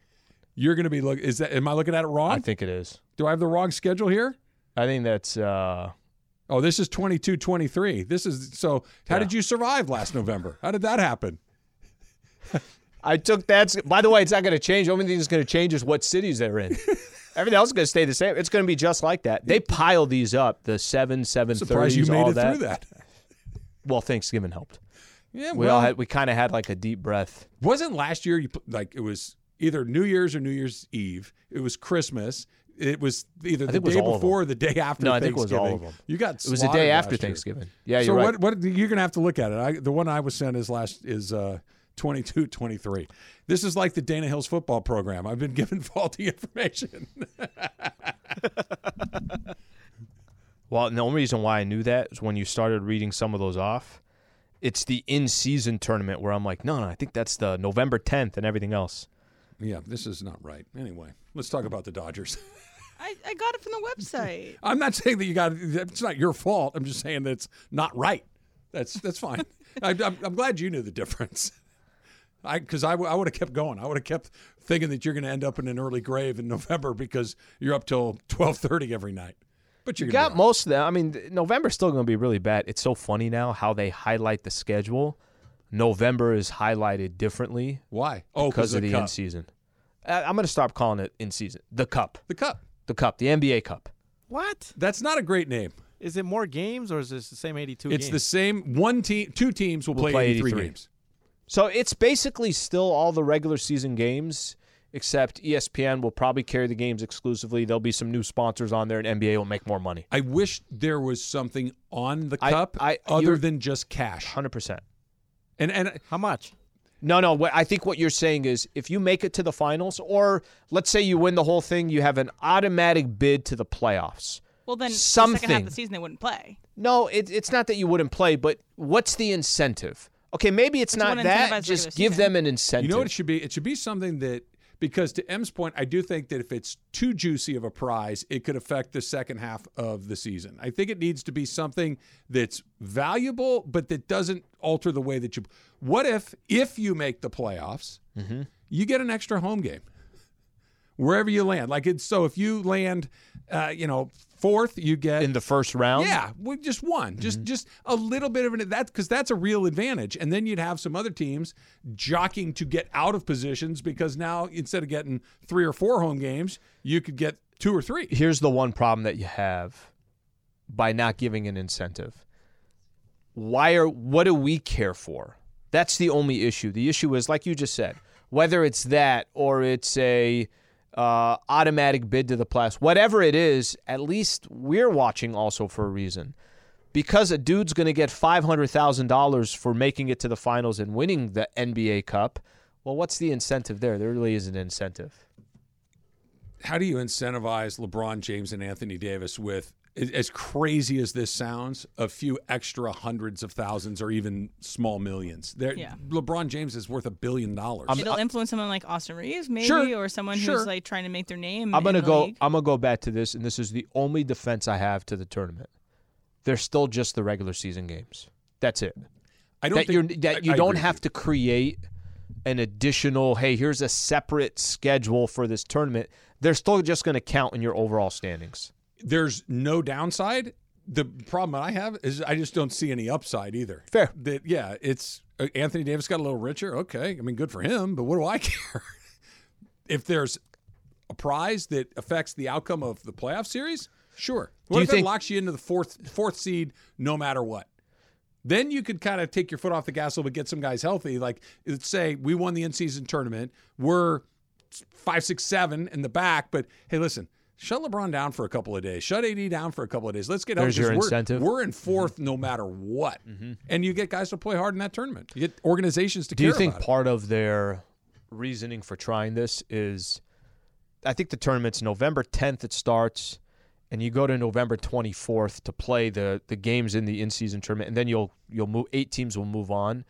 You're going to be look. Is that? Am I looking at it wrong? I think it is. Do I have the wrong schedule here? I think that's. Uh, Oh, this is 22-23. This is so. How Yeah. did you survive last November? How did that happen? I took that. By the way, it's not going to change. The only thing that's going to change is what cities they're in. Everything else is going to stay the same. It's going to be just like that. They pile these up. The seven, seven Surprised you thirties, made all it that. through that. Well, Thanksgiving helped. Yeah, We well, all had. We kind of had like a deep breath. wasn't last year you put- like it was either New Year's or New Year's Eve. It was Christmas. It was either the think it was day all of before or the day after. No, I think it Thanksgiving. was all of them. You got It was the slaughtered day after last year. Thanksgiving. Yeah, so you're right. what? What you're gonna have to look at it. I, the one I was sent is last is uh, 22, 23. This is like the Dana Hills football program. I've been given faulty information. Well, and the only reason why I knew that is when you started reading some of those off. It's the in-season tournament where I'm like, no, no, I think that's the November 10th and everything else. yeah, this is not right. Anyway, let's talk about the Dodgers. I, I got it from the website. I'm not saying that you got. It's not your fault. I'm just saying that it's not right. That's that's fine. I, I'm, I'm glad you knew the difference. I because I, w- I would have kept going. I would have kept thinking that you're going to end up in an early grave in November because you're up till 12:30 every night. But you you're got most of them. I mean, th- November's still going to be really bad. It's so funny now how they highlight the schedule. November is highlighted differently. Why? Oh, 'cause because of of the the cup. in season. I- I'm going to stop calling it in season. The cup. The cup. The cup. The NBA Cup. What? That's not a great name. Is it more games or is it the same 82 It's games? the same. One team, two teams will We'll play, play 83 83. games. So it's basically still all the regular season games, except E ESPN will probably carry the games exclusively. There'll be some new sponsors on there, and NBA will make more money. I wish there was something on the I- cup I- other you're- than just cash. Hundred percent. And and How much? No, no. What I think what you're saying is, if you make it to the finals, or let's say you win the whole thing, you have an automatic bid to the playoffs. Well, then the second half of something. the season they wouldn't play. No, it, it's not that you wouldn't play, but what's the incentive? Okay, maybe it's But you not wanna that. incentivize Just regular give season. them an incentive. You know what it should be? It should be something that because to M's point, I do think that if it's too juicy of a prize, it could affect the second half of the season. I think it needs to be something that's valuable, but that doesn't alter the way that you. What if if you make the playoffs, Mm-hmm. you get an extra home game wherever you land? Like it's so if you land, uh, you know, fourth, you get in the first round? yeah, we just one, just just a little bit of an that because that's a real advantage, and then you'd have some other teams jockeying to get out of positions because now instead of getting three or four home games, you could get two or three. here's the one problem that you have by not giving an incentive. Why are what do we care for? That's the only issue. The issue is, like you just said, whether it's that or it's a uh, automatic bid to the playoffs, whatever it is, at least we're watching also for a reason. Because a dude's going to get $500,000 for making it to the finals and winning the NBA Cup, well, what's the incentive there? There really isn't an incentive. How do you incentivize LeBron James and Anthony Davis with? a- As crazy as this sounds, a few extra hundreds of thousands or even small millions. There, Yeah. LeBron James is worth a billion dollars. It'll influence someone like Austin Reeves, maybe, Sure, or someone sure. who's like trying to make their name. I'm gonna in the go. league. I'm gonna go back to this, and this is the only defense I have to the tournament. They're still just the regular season games. That's it. I don't That, think you're, that you I- I don't agree with have to create an additional. Hey, here's a separate schedule for this tournament. They're still just going to count in your overall standings. there's no downside. The problem I have is I just don't see any upside either. Fair. That yeah, it's uh, Anthony Davis got a little richer. Okay, I mean good for him, but what do I care? if there's a prize that affects the outcome of the playoff series, sure. What you if it think- locks you into the fourth fourth seed no matter what? Then you could kind of take your foot off the gas a little bit, get some guys healthy. Like let's say we won the in season tournament, we're five, six, seven in the back. But hey, listen, shut LeBron down for a couple of days. Shut AD down for a couple of days. Let's get out There's because your we're, incentive. Mm-hmm. We're in 4th no matter what, and you get guys to play hard in that tournament. You get organizations to Do care you think about it. part of their reasoning for trying this is? I think the tournament's November 10th. It starts, and you go to November 24th to play the the games in the in season tournament, and then you'll you'll move. Eight teams will move on.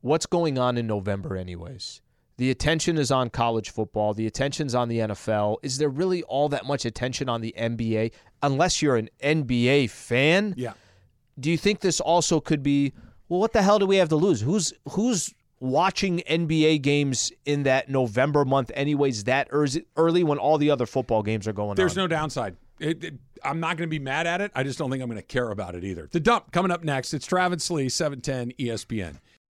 What's going on in November, anyways? The attention is on college football. The attention's on the NFL. Is there really all that much attention on the NBA? Unless you're an NBA fan, Yeah, do you think this also could be well what the hell do we have to lose who's who's watching nba games in that november month anyways that ur- early when all the other football games are going there's on no downside. It, it- I'm not going to be mad at it. I just don't think I'm going to care about it either. The dump coming up next. It's Travis Lee, E 710 ESPN.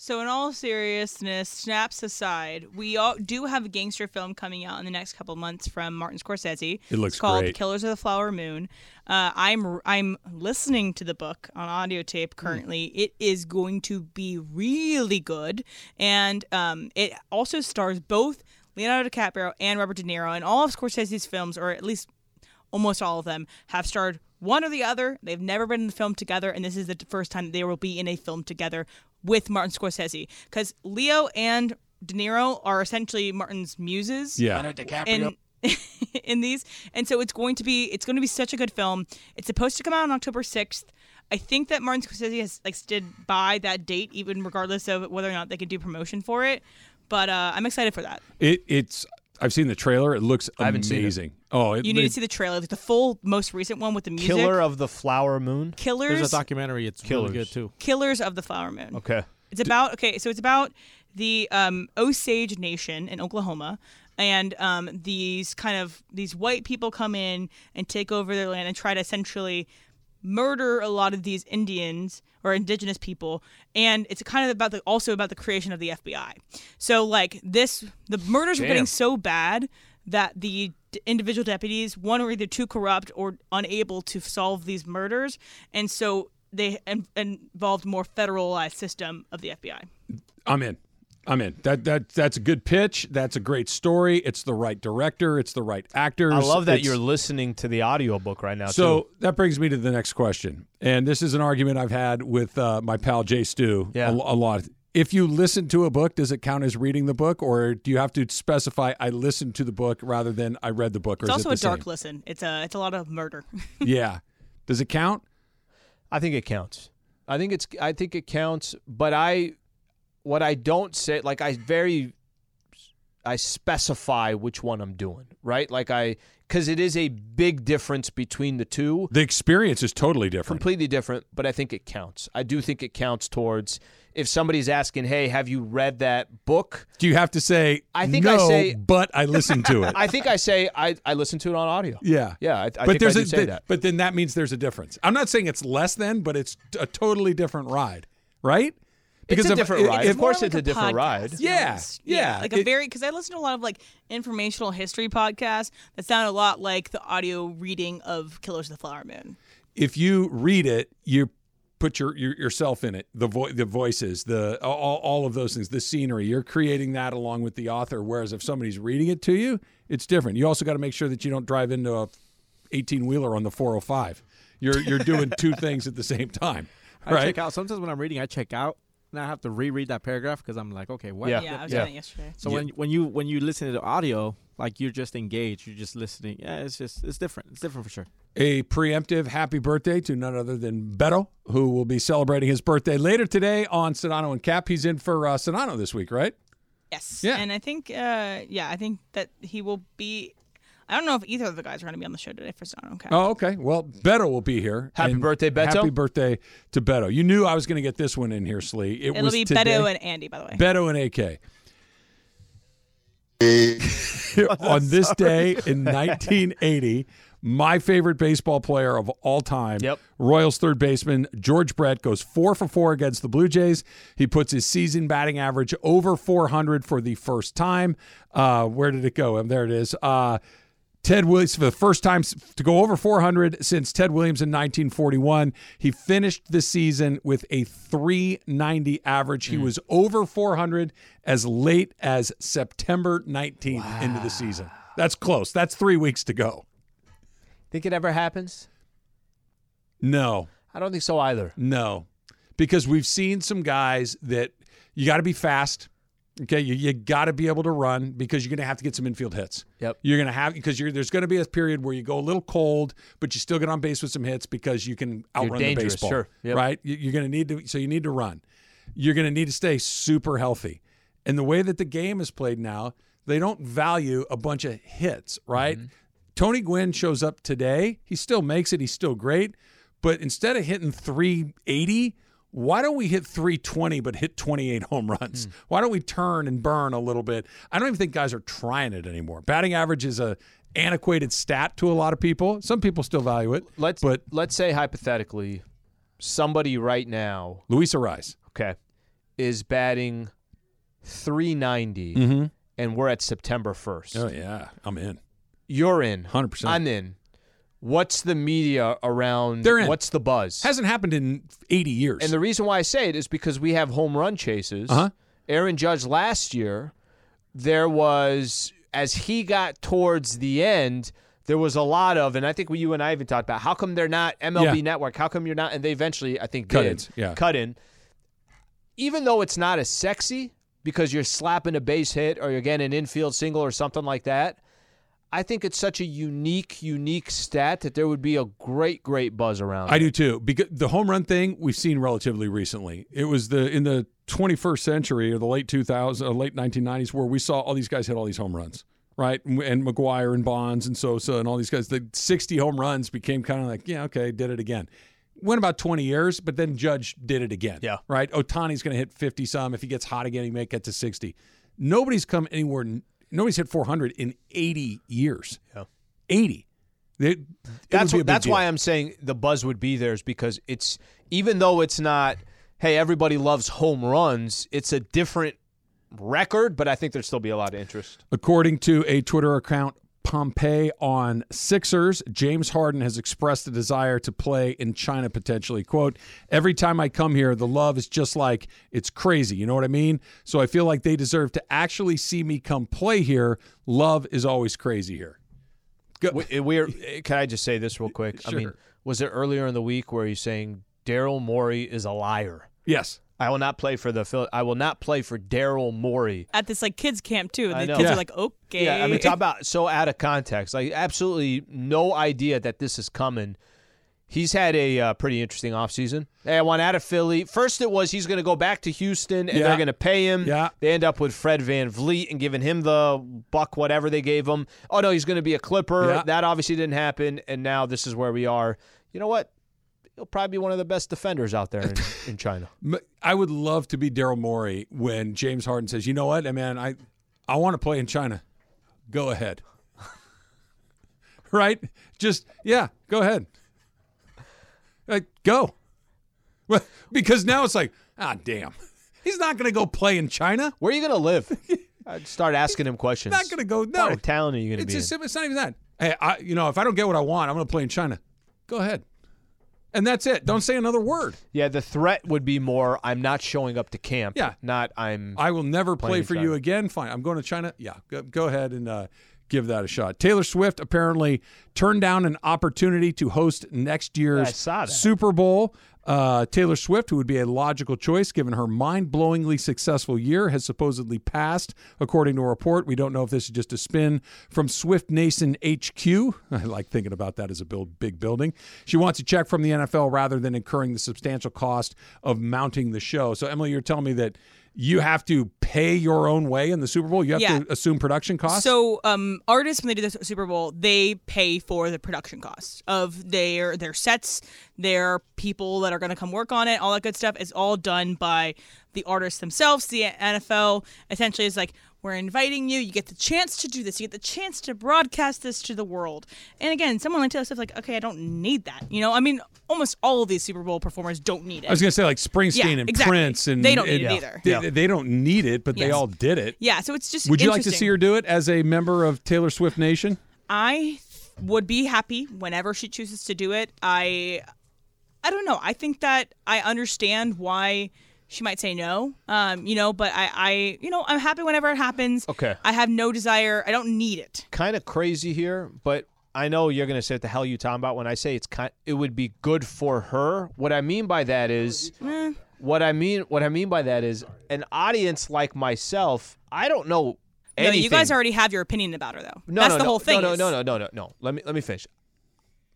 So, in all seriousness, snaps aside, we all do have a gangster film coming out in the next couple months from Martin Scorsese. It looks it's called great. "Killers of the Flower Moon." Uh, I'm I'm listening to the book on audio tape Hmm. currently. It is going to be really good, and um, it also stars both Leonardo DiCaprio and Robert De Niro. And all of Scorsese's films, or at least almost all of them, have starred one or the other. They've never been in the film together, and this is the t- first time that they will be in a film together with Martin Scorsese. Because Leo and De Niro are essentially Martin's muses. Yeah. Leonardo DiCaprio. In, in these, and so it's going to be it's going to be such a good film. It's supposed to come out on October sixth. I think that Martin Scorsese has like stood by that date, even regardless of whether or not they can do promotion for it. But uh, I'm excited for that. It it's I've seen the trailer. It looks amazing. haven't seen it. Oh, it, you need they- to see the trailer, like the full, most recent one with the music. Killer of the Flower Moon. Killers- There's a documentary. It's really good too. Killers of the Flower Moon. Okay. It's about okay, so it's about the um, Osage Nation in Oklahoma, and um, these kind of these white people come in and take over their land and try to essentially murder a lot of these Indians or indigenous people, and it's kind of about the also about the creation of the FBI. So like this, the murders were Damn. getting so bad that the d- individual deputies one were either too corrupt or unable to solve these murders, and so they in- involved more federalized system of the FBI. I'm in. I'm in. That that that's a good pitch. That's a great story. It's the right director. It's the right actors. I love that It's- you're listening to the audiobook right now. So too. that brings me to the next question, and this is an argument I've had with uh, my pal Jay Stu a, a lot. If you listen to a book, does it count as reading the book, or do you have to specify I listened to the book rather than I read the book? Or It's is also it a the dark listen. It's a it's a lot of murder. Same? yeah. Does it count? I think it counts. I think it's I think it counts, but I what I don't say like I very I specify which one I'm doing, right? Like I cuz it is a big difference between the two. The experience is totally different. Completely different, but I think it counts. I do think it counts towards if somebody's asking, "Hey, have you read that book?" Do you have to say? I think no, I say but I listened to it. I think I say I I listened to it on audio. Yeah, Yeah, I, I but think I there's do a, say th- that. But then that means there's a difference. I'm not saying it's less than, but it's t- a totally different ride, right? it's a if- different if- ride. if- of course, it's a, different ride. Yeah, yeah. like a It- very because I listen to a lot of like informational history podcasts that sound a lot like the audio reading of Killers of the Flower Moon. if you read it, you put your, your yourself in it. The vo- the voices, the all, all of those things, the scenery. You're creating that along with the author. Whereas if somebody's reading it to you, it's different. You also got to make sure that you don't drive into a 18 wheeler on the 405. You're you're doing two things at the same time, I right? check out. Sometimes when I'm reading, I check out, and I have to reread that paragraph because I'm like, okay, what? Yeah. Yeah, I was doing Yeah. it yesterday. So Yeah. when when you when you listen to the audio, like you're just engaged, you're just listening. Yeah, it's just it's different. It's different for sure. a preemptive happy birthday to none other than Beto, who will be celebrating his birthday later today on Sedano and Cap. He's in for uh, Sedano this week, right? Yes. Yeah. And I think uh yeah, I think that he will be. I don't know if either of the guys are going to be on the show today for Sound Okay. Oh, okay. Well, Beto will be here. Happy And birthday, Beto. Happy birthday to Beto. You knew I was going to get this one in here, Slee. It It'll was be today. Beto and Andy, by the way. Beto and AK. on this day in 1980, my favorite baseball player of all time, Royals third baseman George Brett, goes four for four against the Blue Jays. He puts his season batting average over 400 for the first time. Uh, where did it go? And there it is. Uh, Ted Williams for the first time s- to go over 400 since Ted Williams in 1941. He finished the season with a 390 average. He was over 400 as late as September 19th into the season. That's close. That's three weeks to go. Think it ever happens? No. I don't think so either. No. Because we've seen some guys that you got to be fast. Okay, you, you got to be able to run because you're going to have to get some infield hits. Yep. You're going to have because you're there's going to be a period where you go a little cold, but you still get on base with some hits because you can outrun the dangerous, baseball. sure. Yep. Right. You- You're going to need to so you need to run. You're going to need to stay super healthy. And the way that the game is played now, they don't value a bunch of hits. Mm-hmm. Right. Tony Gwynn shows up today. He still makes it. He's still great. But instead of hitting 380, why don't we hit 320 but hit 28 home runs? Why don't we turn and burn a little bit? I don't even think guys are trying it anymore. Batting average is a antiquated stat to a lot of people. Some people still value it. Let's but let's say hypothetically, somebody right now, Luisa Rice, okay, is batting 390, Mhm. and we're at September 1st. Oh yeah, I'm in. You're in. 100%. I'm in. What's the media around? They're in. What's the buzz? Hasn't happened in 80 years. And the reason why I say it is because we have home run chases. Uh-huh. Aaron Judge last year, there was as he got towards the end, there was a lot of, and I think we, you and I even talked about how come they're not MLB Yeah. Network, how come you're not, and they eventually I think did Cut-ins, yeah. cut in. Even though it's not as sexy because you're slapping a base hit or you're getting an infield single or something like that. I think it's such a unique, unique stat that there would be a great, great buzz around. I it. do too. Because the home run thing we've seen relatively recently. It was the in the 21st century or the late 2000s, uh, late 1990s, where we saw all these guys hit all these home runs, right? And, and McGuire and Bonds and Sosa and all these guys. The 60 home runs became kind of like, yeah, okay, did it again. Went about 20 years, but then Judge did it again. Yeah. Right? Otani's going to hit 50 some. If he gets hot again, he may get to 60. Nobody's come anywhere. n- Nobody's hit 400 in 80 years. Yeah. 80. They- it That's would be a wh- big that's deal. why I'm saying the buzz would be there is because it's even though it's not hey everybody loves home runs, it's a different record, but I think there'd still be a lot of interest. According to a Twitter account, Pompey on Sixers, James Harden has expressed a desire to play in China potentially. Quote, every time I come here, the love is just like, it's crazy. You know what I mean? So I feel like they deserve to actually see me come play here. Love is always crazy here. We, eh, we're can I just say this real quick? I mean, Sure. was it earlier in the week where you're saying Daryl Morey is a liar? Yes. I will not play for the Phil- I will not play for Daryl Morey. At this like kids camp too, and I the know. kids Yeah. are like, okay. Yeah, I mean, talk about so out of context. Like, absolutely no idea that this is coming. He's had a uh, pretty interesting offseason. Hey, I want out of Philly. First, it was he's going to go back to Houston and Yeah. they're going to pay him. Yeah. They end up with Fred Van Vliet and giving him the buck, whatever they gave him. Oh, no, he's going to be a Clipper. Yeah. That obviously didn't happen. And now this is where we are. You know what? He'll probably be one of the best defenders out there in, in China. M- I would love to be Daryl Morey when James Harden says, "You know what, man, I I want to play in China. Go ahead." right? Just yeah, go ahead. Like go. Well, because now it's like, ah, damn. He's not going to go play in China. Where are you going to live? I'd start asking him questions. Not going to go. No. What part of town are you going to It's be just in? it's not even that. Hey, I, you know, if I don't get what I want, I'm going to play in China. Go ahead. And that's it. Don't say another word. Yeah, the threat would be more I'm not showing up to camp. Yeah. Not I'm I will never play playing for each you other. again. Fine. I'm going to China. Yeah, go, go ahead and uh, give that a shot. Taylor Swift apparently turned down an opportunity to host next I year's saw that. Super Bowl. Uh, Taylor Swift, who would be a logical choice given her mind blowingly successful year, has supposedly passed, according to a report. We don't know if this is just a spin from Swift Nation HQ. I like thinking about that as a build, big building. She wants a check from the NFL rather than incurring the substantial cost of mounting the show. So, Emily, you're telling me that you have to pay your own way in the Super Bowl? You have Yeah. to assume production costs? So, um, artists when they do the Super Bowl, they pay for the production costs of their their sets, their people that are going to come work on it, all that good stuff is all done by the artists themselves. The NFL essentially is like, we're inviting you. You get the chance to do this. You get the chance to broadcast this to the world. And again, someone like Taylor Swift, like, okay, I don't need that. You know, I mean, almost all of these Super Bowl performers don't need it. I was going to say like Springsteen Yeah, and exactly. Prince and They don't need and- it either. They, they don't need it, but they Yes. all did it. yeah, so it's just. Would you like to interesting. see her do it as a member of Taylor Swift Nation? I th- would be happy whenever she chooses to do it. I I don't know. I think that I understand why she might say no. Um, you know, but I, I you know, I'm happy whenever it happens. Okay. I have no desire. I don't need it. kind of crazy here, but I know you're going to say what the Mm. hell you talking about when I say it's kind it would be good for her. What I mean by that is What I mean, what I mean by that is, an audience like myself, I don't know No, anything. you guys already have your opinion about her though. No, That's no, the no, whole thing. No, is- no, no, no, no, no. Let me let me finish.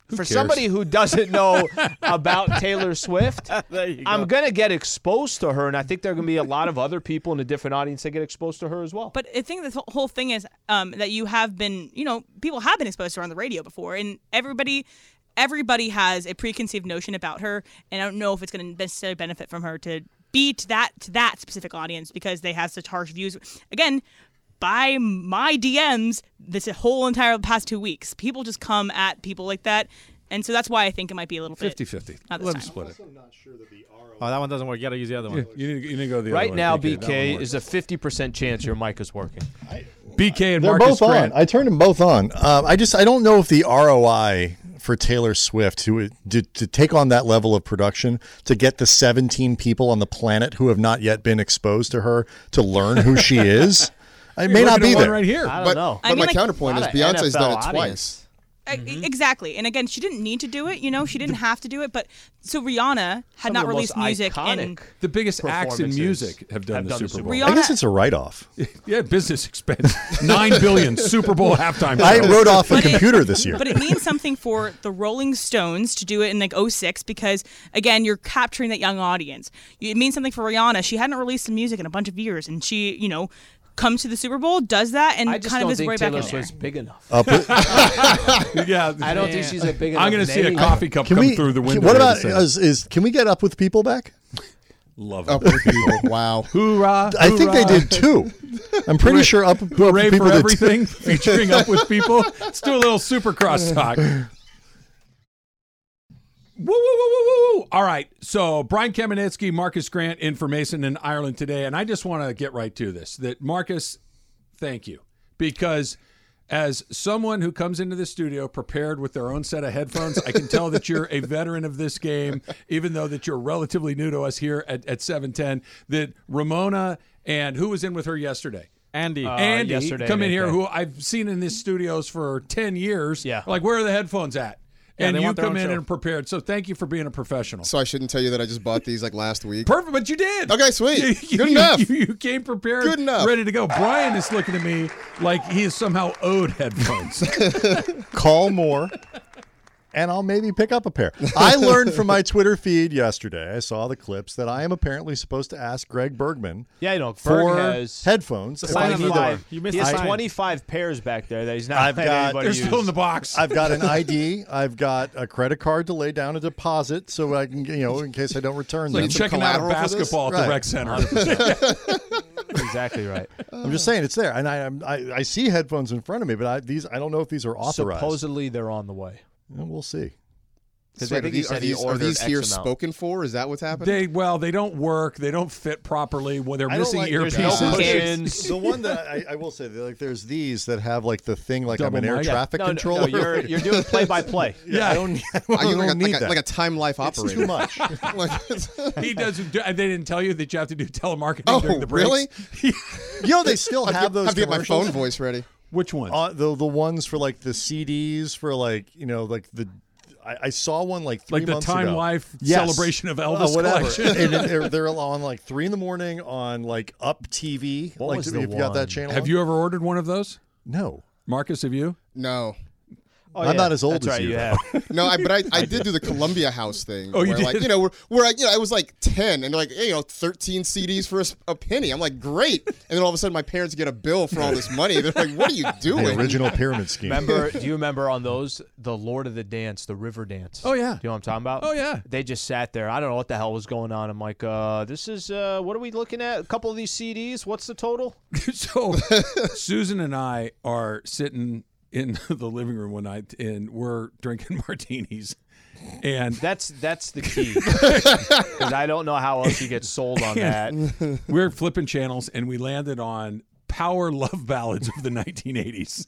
For cares? somebody who doesn't know about Taylor Swift, I'm gonna get exposed to her, and I think there are gonna be a lot of other people in a different audience that get exposed to her as well. But I think the th- whole thing is um, that you have been, you know, people have been exposed to her on the radio before, and everybody, everybody has a preconceived notion about her, and I don't know if it's going to necessarily benefit from her to be to that to that specific audience because they have such harsh views. Again, by my DMs, this whole entire past two weeks, people just come at people like that, and so that's why I think it might be a little bit 50-50. Not this Let time. them split it. Oh, that one doesn't work. You gotta use the other one. You need, you need to go the right other now, way. BK, that BK one is a 50% chance your mic is working. BK and They're Marcus both Grant. on. I turned them both on. Um, I just I don't know if the ROI for Taylor Swift to, to to take on that level of production to get the 17 people on the planet who have not yet been exposed to her to learn who she is. It may You're not looking at be one there. right here. I don't but, know. But I mean, my like- counterpoint is Not a Beyonce's done it NFL audience. Mm-hmm. twice. I- Exactly. And again, she didn't need to do it, you know, she didn't have to do it, but so Rihanna had Some of not the most released music in iconic the biggest acts in performances music have done the Super Bowl. I guess it's a write-off. yeah, business expense. Nine billion Super Bowl halftime. I show. wrote off a But it- computer this year. But it means something for the Rolling Stones to do it in like 06 because again, you're capturing that young audience. You- It means something for Rihanna. She hadn't released some music in a bunch of years and she, you know, comes to the Super Bowl, does that and I just kind of don't is think right Taylor back in there. Swift's big enough. Up- yeah, I don't think she's a big enough I'm going to see a name. coffee cup Can come we- through the can- window. What here to about say, is, is can we get up with people back? love Up with people. Wow. Hoorah! I think they hoorah. did two. I'm pretty Hooray- sure up, up Hooray with people for did two. everything featuring up with people. Let's do a little super crosstalk. Woo, woo, woo, woo, woo. All right. So Brian Kamenetsky, Marcus Grant, information in Ireland today. And I just want to get right to this that Marcus, thank you. Because as someone who comes into the studio prepared with their own set of headphones, I can tell that you're a veteran of this game, even though that you're relatively new to us here at, at 710. That Ramona and who was in with her yesterday? Uh, Andy. Uh, Andy come in here who I've seen in these studios for 10 years. Yeah. Like, where are the headphones at? Yeah, and they you want their come own in show. and prepared. So thank you for being a professional. So I shouldn't tell you that I just bought these like last week. Perfect, but you did. Okay, sweet. You- Good you- enough. You, you came prepared. Good enough. Ready to go. Brian is looking at me like he is somehow owed headphones. Call more, and I'll maybe pick up a pair. I learned from my Twitter feed yesterday. I saw the clips that I am apparently supposed to ask Greg Bergman. Yeah, you know, for Berg has headphones. if I need them. 25 He he has has 20 25 pairs back there that he's not I've letting got. anybody use. box. I've got an ID. I've got a credit card to lay down a deposit so I can, you know, in case I don't return It's like them. checking out a basketball at the rec center. exactly right. I'm just saying it's there, and I, I'm- I I see headphones in front of me, but I, these I don't know if these are authorized. Supposedly they're on the way. Well, we'll see. So are these, are these, are these here spoken for? Is that what's happening? They well, they don't work. They don't fit properly. Well, they're I don't missing like- there's no earpieces. cushions. the one that I, I will say, like, there's these that have like the thing, like Double I'm an air mic. traffic No, no, no, controller. you're- you're doing play-by-play. yeah, I don't, I I get don't like, a, need like, a, that. like a time life operator. too much. he doesn't. Do, and they didn't tell you that you have to do telemarketing during the breaks. really? Oh, you know, they still I've have, got- those. I've got my commercials. phone voice ready. Which ones? Uh, the the ones for like the CDs for like you know like the. I, I saw one like three Like the months Time ago. Life Yes. celebration of Uh, Elvis whatever. collection. and it- they're, they're on like three in the morning on like Up TV. What like was if the you got one? that channel. Have on. you ever ordered one of those? No. Marcus, have you? No, Oh, I'm yeah, not as old that's as right, you. you though. have. no, I, but I, I did do the Columbia House thing. Oh, you where, Like, did? you know, where, where I, you know, I was like ten, and they're like, hey, you know, thirteen CDs for a, s- a penny. I'm like, great. And then all of a sudden, my parents get a bill for all this money. They're like, what are you doing? The original pyramid scheme. Remember? do you remember on those the Lord of the Dance, the River Dance? Oh, yeah. Do you know what I'm talking about? Oh, yeah. They just sat there. I don't know what the hell was going on. I'm like, uh, this is uh, what are we looking at? A couple of these CDs. What's the total? so Susan and I are sitting in the living room one night, and we're drinking martinis, and That's that's the key. Because I don't know how else you get sold on that. we're flipping channels, and we landed on power love ballads of the 1980s.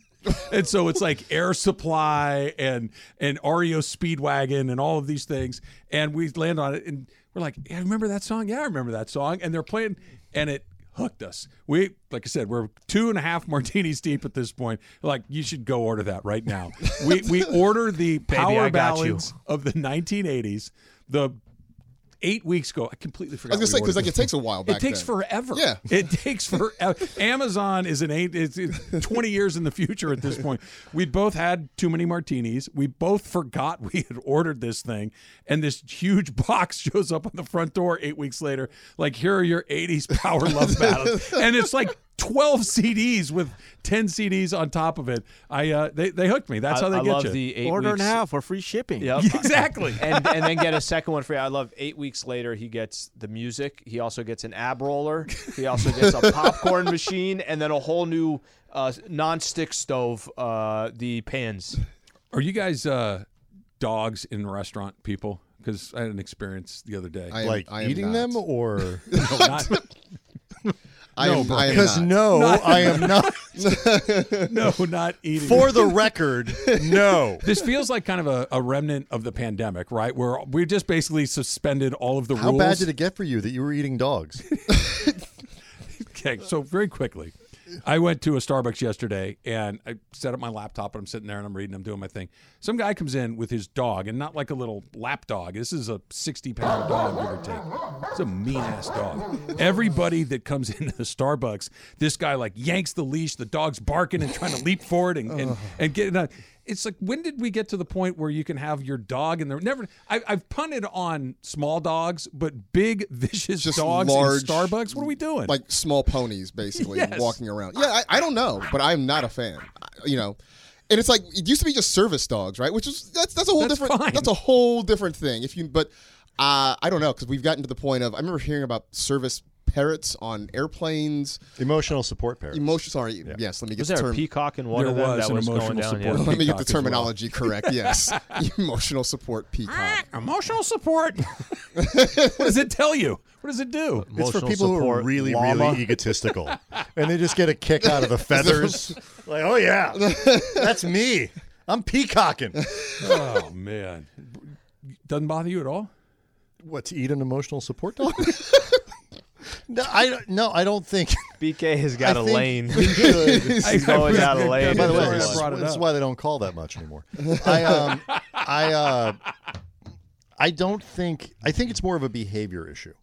and so it's like Air Supply and and REO Speedwagon and all of these things, and we land on it, and we're like, "Yeah, I remember that song? Yeah, I remember that song." And they're playing, and it hooked us. We, like I said, we're two and a half martinis deep at this point. Like, you should go order that right now. we we order the power I got you. ballads of the 1980s, the eight weeks ago. I completely forgot. I was gonna say, we 'cause, ordered like, it this takes a while It back takes then. forever. Yeah. it takes forever. Amazon is an eight. It's, it's twenty years in the future at this point. We both had too many martinis. We both forgot we had ordered this thing, and this huge box shows up on the front door eight weeks later. Like here are your '80s power love battles, and it's like. 12 CDs with 10 CDs on top of it. I uh, they, they hooked me. That's I- how they I get love you. the eight Order weeks- now for free shipping. Yep. Exactly. and and then get a second one free. I love eight weeks later he gets the music. He also gets an ab roller. He also gets a popcorn machine and then a whole new uh non-stick stove, uh the pans. Are you guys uh, dogs in restaurant people? Because I had an experience the other day. I am- Like I am eating not. them or- no, not. I No, am- bro. I am 'Cause not. no, I am not. no, not eating. For the record, no. This feels like kind of a, a remnant of the pandemic, right? Where we just basically suspended all of the How rules. bad did it get for you that you were eating dogs? Okay, so very quickly, I went to a Starbucks yesterday and I set up my laptop and I'm sitting there and I'm reading, I'm doing my thing. Some guy comes in with his dog and not like a little lap dog. This is a 60 pound dog, give or take. It's a mean ass dog. Everybody that comes into the Starbucks, this guy like yanks the leash, the dog's barking and trying to leap forward and, and, and getting out. It's like when did we get to the point where you can have your dog in there? Never. I, I've punted on small dogs, but big vicious Just dogs large- in Starbucks. What are we doing? Like small ponies, basically Yes. walking around. Yeah, I, I don't know, but I'm not a fan. I- You know, and it's like it used to be just service dogs, right? Which is that's that's a whole That's different fine. that's a whole different thing. If you but uh, I don't know because we've gotten to the point of I remember hearing about service parrots on airplanes. Emotional support parrots. Emotion. Sorry. Yes. Let me get Was the there term. a peacock in one of them that was going down? yeah. Let me get the terminology correct. Yes, emotional support peacock. Emotional support. what does it tell you? What does it do? Oh, It's for people who are really, really e- egotistical, and they just get a kick out of the feathers. like, oh yeah, that's me. I'm peacocking. oh man, doesn't bother you at all. What to eat an emotional support dog? no, I no, I don't think BK has got a a lane. We should. He's going down a lane. By the way, Everyone. this, this is why they don't call that much anymore. I um, I uh, I don't think I think it's more of a behavior issue.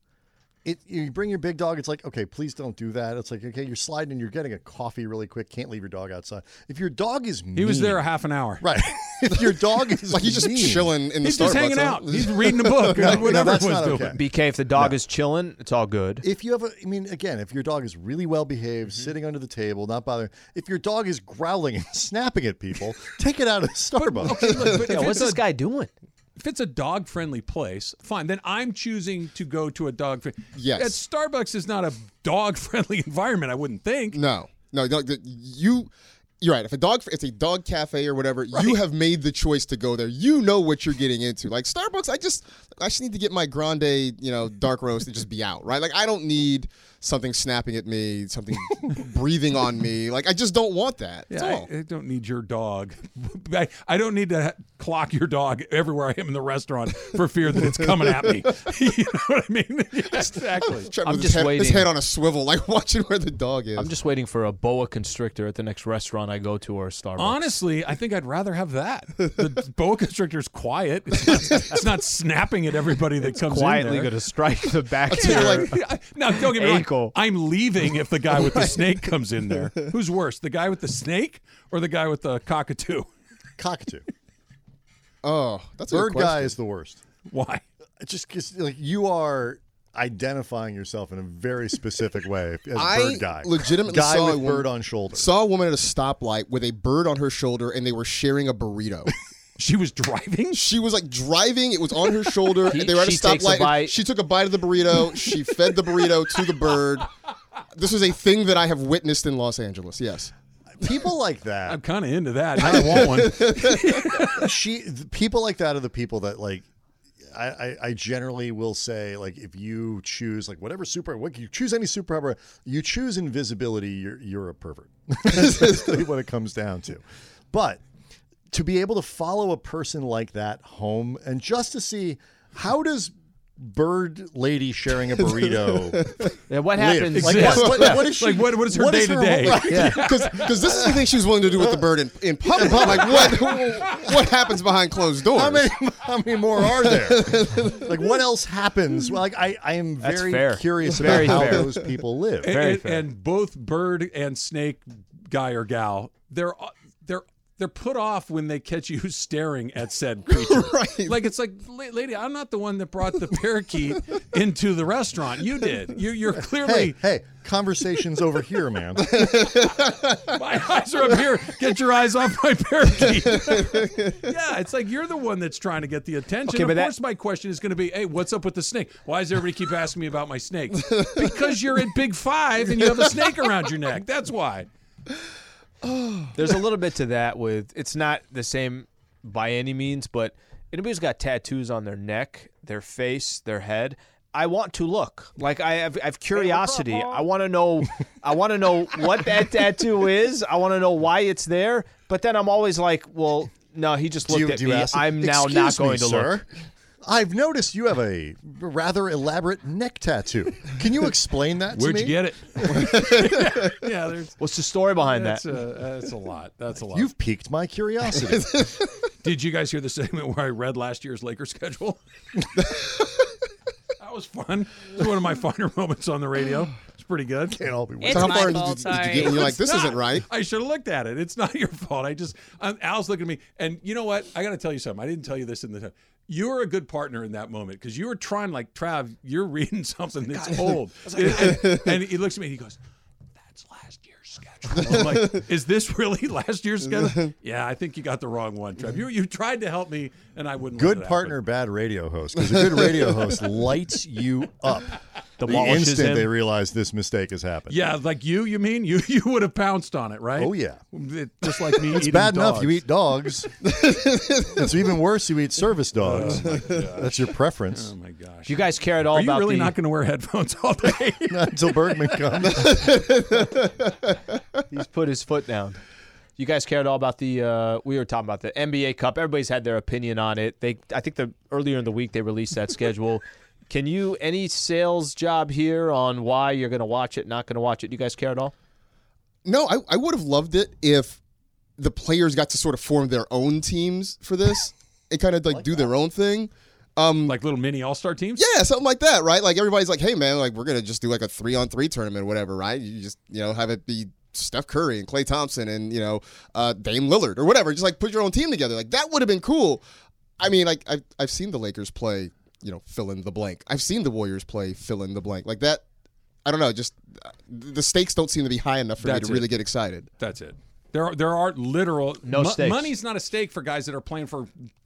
It you bring your big dog, it's like okay, please don't do that. It's like okay, you're sliding, you're getting a coffee really quick. Can't leave your dog outside. If your dog is mean, He was there a half an hour. right. if your dog is Like, he's just mean- chilling in the He's just Starbucks, hanging huh? out. He's reading a book No, or no, whatever that's it was not doing. okay. BK, if the dog is chilling, it's all good. Mm-hmm. If you have a, I mean, again, if your dog is really well behaved, sitting under the table, not bothering. If your dog is growling and snapping at people, take it out of Starbucks. Okay, look, but Yeah, if what's it's this a- guy doing? If it's a dog-friendly place, fine. Then I'm choosing to go to a dog. Fr- Yes. At Starbucks is not a dog-friendly environment. I wouldn't think. No, no, no the- you. You're right. If a dog, it's a dog cafe or whatever, you have made the choice to go there. You know what you're getting into. Like Starbucks, I just, I just need to get my grande, you know, dark roast and just be out, right? Like I don't need something snapping at me, something breathing on me. Like I just don't want that. That's Yeah, all. I, I don't need your dog. I, I don't need to ha- clock your dog everywhere I am in the restaurant for fear that it's coming at me. you know what I mean? Yeah, exactly. Trevor I'm with just his head, His waiting. head on a swivel, like watching where the dog is. I'm just waiting for a boa constrictor at the next restaurant I go to or a Starbucks. Honestly, I think I'd rather have that. The boa constrictor's quiet. It's not, it's not snapping at everybody that comes quietly in there. going to strike the back of Yeah, your like- no, don't get me wrong. ankle. I'm leaving if the guy with the snake comes in there. Who's worse, the guy with the snake or the guy with the cockatoo? Cockatoo. oh, that's a good Bird guy question. is the worst. Why? Just because, like, you are identifying yourself in a very specific way as I bird guy. legitimately guy saw with a woman- bird on shoulder. Saw a woman at a stoplight with a bird on her shoulder, and they were sharing a burrito. She was driving. She was like driving. It was on her shoulder. He- and they were at a she takes a stoplight. and bite. She took a bite of the burrito. She fed the burrito to the bird. This is a thing that I have witnessed in Los Angeles. Yes. People like that. I'm kind of into that. I don't want one. she the people like that are the people that like I, I, I generally will say like if you choose like whatever super what you choose any superpower you choose invisibility you're you're a pervert that's basically what it comes down to but to be able to follow a person like that home and just to see how does bird lady sharing a burrito. Yeah, what live? happens- Like, Exactly. what, what- what is she? Like, what- what is her day-to-day? Yeah. Because this is the thing she was willing to do with the bird in, in public. Like what what happens behind closed doors? How many? How many more are there? like what else happens? Well, like I, I am That's very fair. curious Very about fair. how those people live. And, and- and both bird and snake guy or gal, they're they're they're put off when they catch you staring at said creature. right. Like it's like, "La- lady, I'm not the one that brought the parakeet into the restaurant. You did. You, you're clearly. Hey, hey, conversations over here, man. My eyes are up here. Get your eyes off my parakeet. yeah, it's like you're the one that's trying to get the attention. Okay, but of that- course, my question is going to be, hey, what's up with the snake? Why does everybody keep asking me about my snake? because you're at Big Five and you have a snake around your neck. That's why. There's a little bit to that with it's not the same by any means, but anybody who's got tattoos on their neck, their face, their head, I want to look. Like I have, I have curiosity. I want to know. I want to know what that tattoo is. I want to know why it's there. But then I'm always like, well, no, he just Do looked you- at do you me. ask them, I'm now not "Excuse me, going to sir, look. I've noticed you have a rather elaborate neck tattoo. Can you explain that to Where'd me? you get it? yeah, there's. What's the story behind That's uh, that? a, that's a lot. That's a lot. You've piqued my curiosity. Did you guys hear the segment where I read last year's Lakers schedule? that was fun. It was one of my finer moments on the radio. It's pretty good. Can't all be It's my fault, sorry. You're like, It's "This not. isn't right." I should have looked at it. It's not your fault. I just um, Al's looking at me, and you know what? I got to tell you something. I didn't tell you this in the. You were a good partner in that moment because you were trying like Trav. You're reading something that's old, and, and he looks at me. and He goes, "That's last year's schedule." I'm like, "Is this really last year's schedule?" yeah, I think you got the wrong one, Trav. You you tried to help me, and I wouldn't. let it Good happen. partner, bad radio host. Because a good radio host lights you up the Demolishes instant him. they realize this mistake has happened. Yeah, like you. You mean you? You would have pounced on it, right? Oh, yeah. It- just like me. It's eating bad enough dogs. you eat dogs. it's even worse you eat service dogs. That's your preference. Oh my gosh. Do you guys care at all Are you about really the? not going to wear headphones all day? Not until Bergman comes. He's put his foot down. You guys care at all about the? Uh, we were talking about the NBA Cup. Everybody's had their opinion on it. They, I think, the earlier in the week they released that schedule. Can you any sales job here on why you're going to watch it, not going to watch it? Do you guys care at all? No, I, I would have loved it if the players got to sort of form their own teams for this and kind of like, do their own thing. Um, like little mini all star teams? Yeah, something like that, right? Like everybody's like, hey man, like we're gonna just do like a three on three tournament, or whatever, right? You just you know have it be Steph Curry and Clay Thompson and you know uh, Dame Lillard or whatever. Just like put your own team together. Like that would have been cool. I mean, like I've I've seen the Lakers play, you know, fill in the blank. I've seen the Warriors play fill in the blank. Like that. I don't know. Just uh, the stakes don't seem to be high enough for me That's to it. really get excited. That's it. There are there are literal No stakes. Money's not a stake for guys that are playing for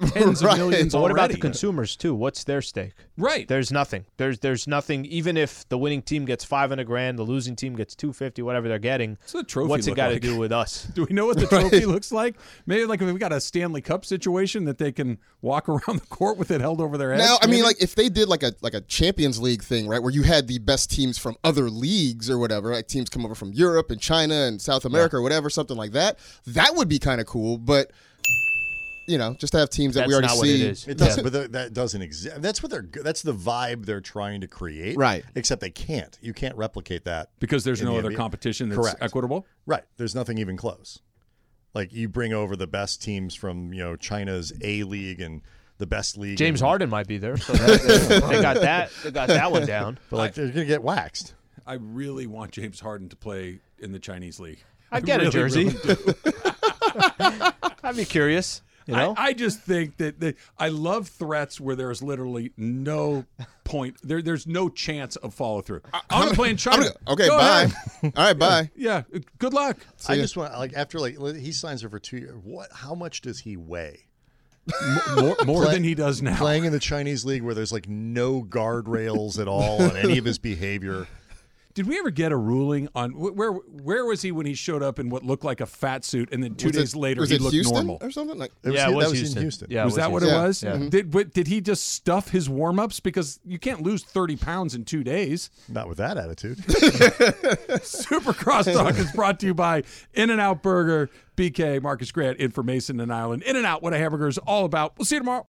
tens Right. of millions. But what about the already. consumers too? What's their stake? Right. There's nothing. There's there's nothing. Even if the winning team gets five hundred grand, the losing team gets two fifty, whatever they're getting. What's the trophy What's it look got to like? do with us? Do we know what the trophy looks like? Maybe like if we've got a Stanley Cup situation that they can walk around the court with it held over their head. Now, I mean, like if they did like a like a Champions League thing, right, where you had the best teams from other leagues or whatever, like teams come over from Europe and China and South America or whatever, something like that, that would be kind of cool. But you know, just to have teams that we already see. It does, but th- that doesn't exist. That's what they're. go- That's the vibe they're trying to create, Right. Except they can't. You can't replicate that because there's in no the other NBA. competition that's Correct. equitable. Right. There's nothing even close. Like you bring over the best teams from you know China's A League and the best league. James in- Harden might be there. So that, they got that. They got that one down. But like they're gonna get waxed. I really want James Harden to play in the Chinese league. I'd get a really, jersey. really do. I'd be curious. You know. I, I just think that the, I love threats where there's literally no point. There, there's no chance of follow through. I, am gonna play in I'm China. gonna- okay, Go bye. ahead. All right, bye. Yeah. Good luck. I just want like after like li- he signs her for two years. What? How much does he weigh? More, more than he does now. Playing in the Chinese league where there's like no guardrails at all on any of his behavior. Did we ever get a ruling on wh- where where was he when he showed up in what looked like a fat suit, and then two Was it- days later was he it looked Houston normal? or something like. It was, Yeah, it he- was that was Houston. in Houston. Yeah, it was, that what it Houston. was? Yeah. Mm-hmm. Mhm. Did what, did he just stuff his warm ups because you can't lose thirty pounds in two days? Not with that attitude. Super Crosstalk is brought to you by In and Out Burger, BK, Marcus Grant, Information and Ireland. In and Out, what a hamburger is all about. We'll see you tomorrow.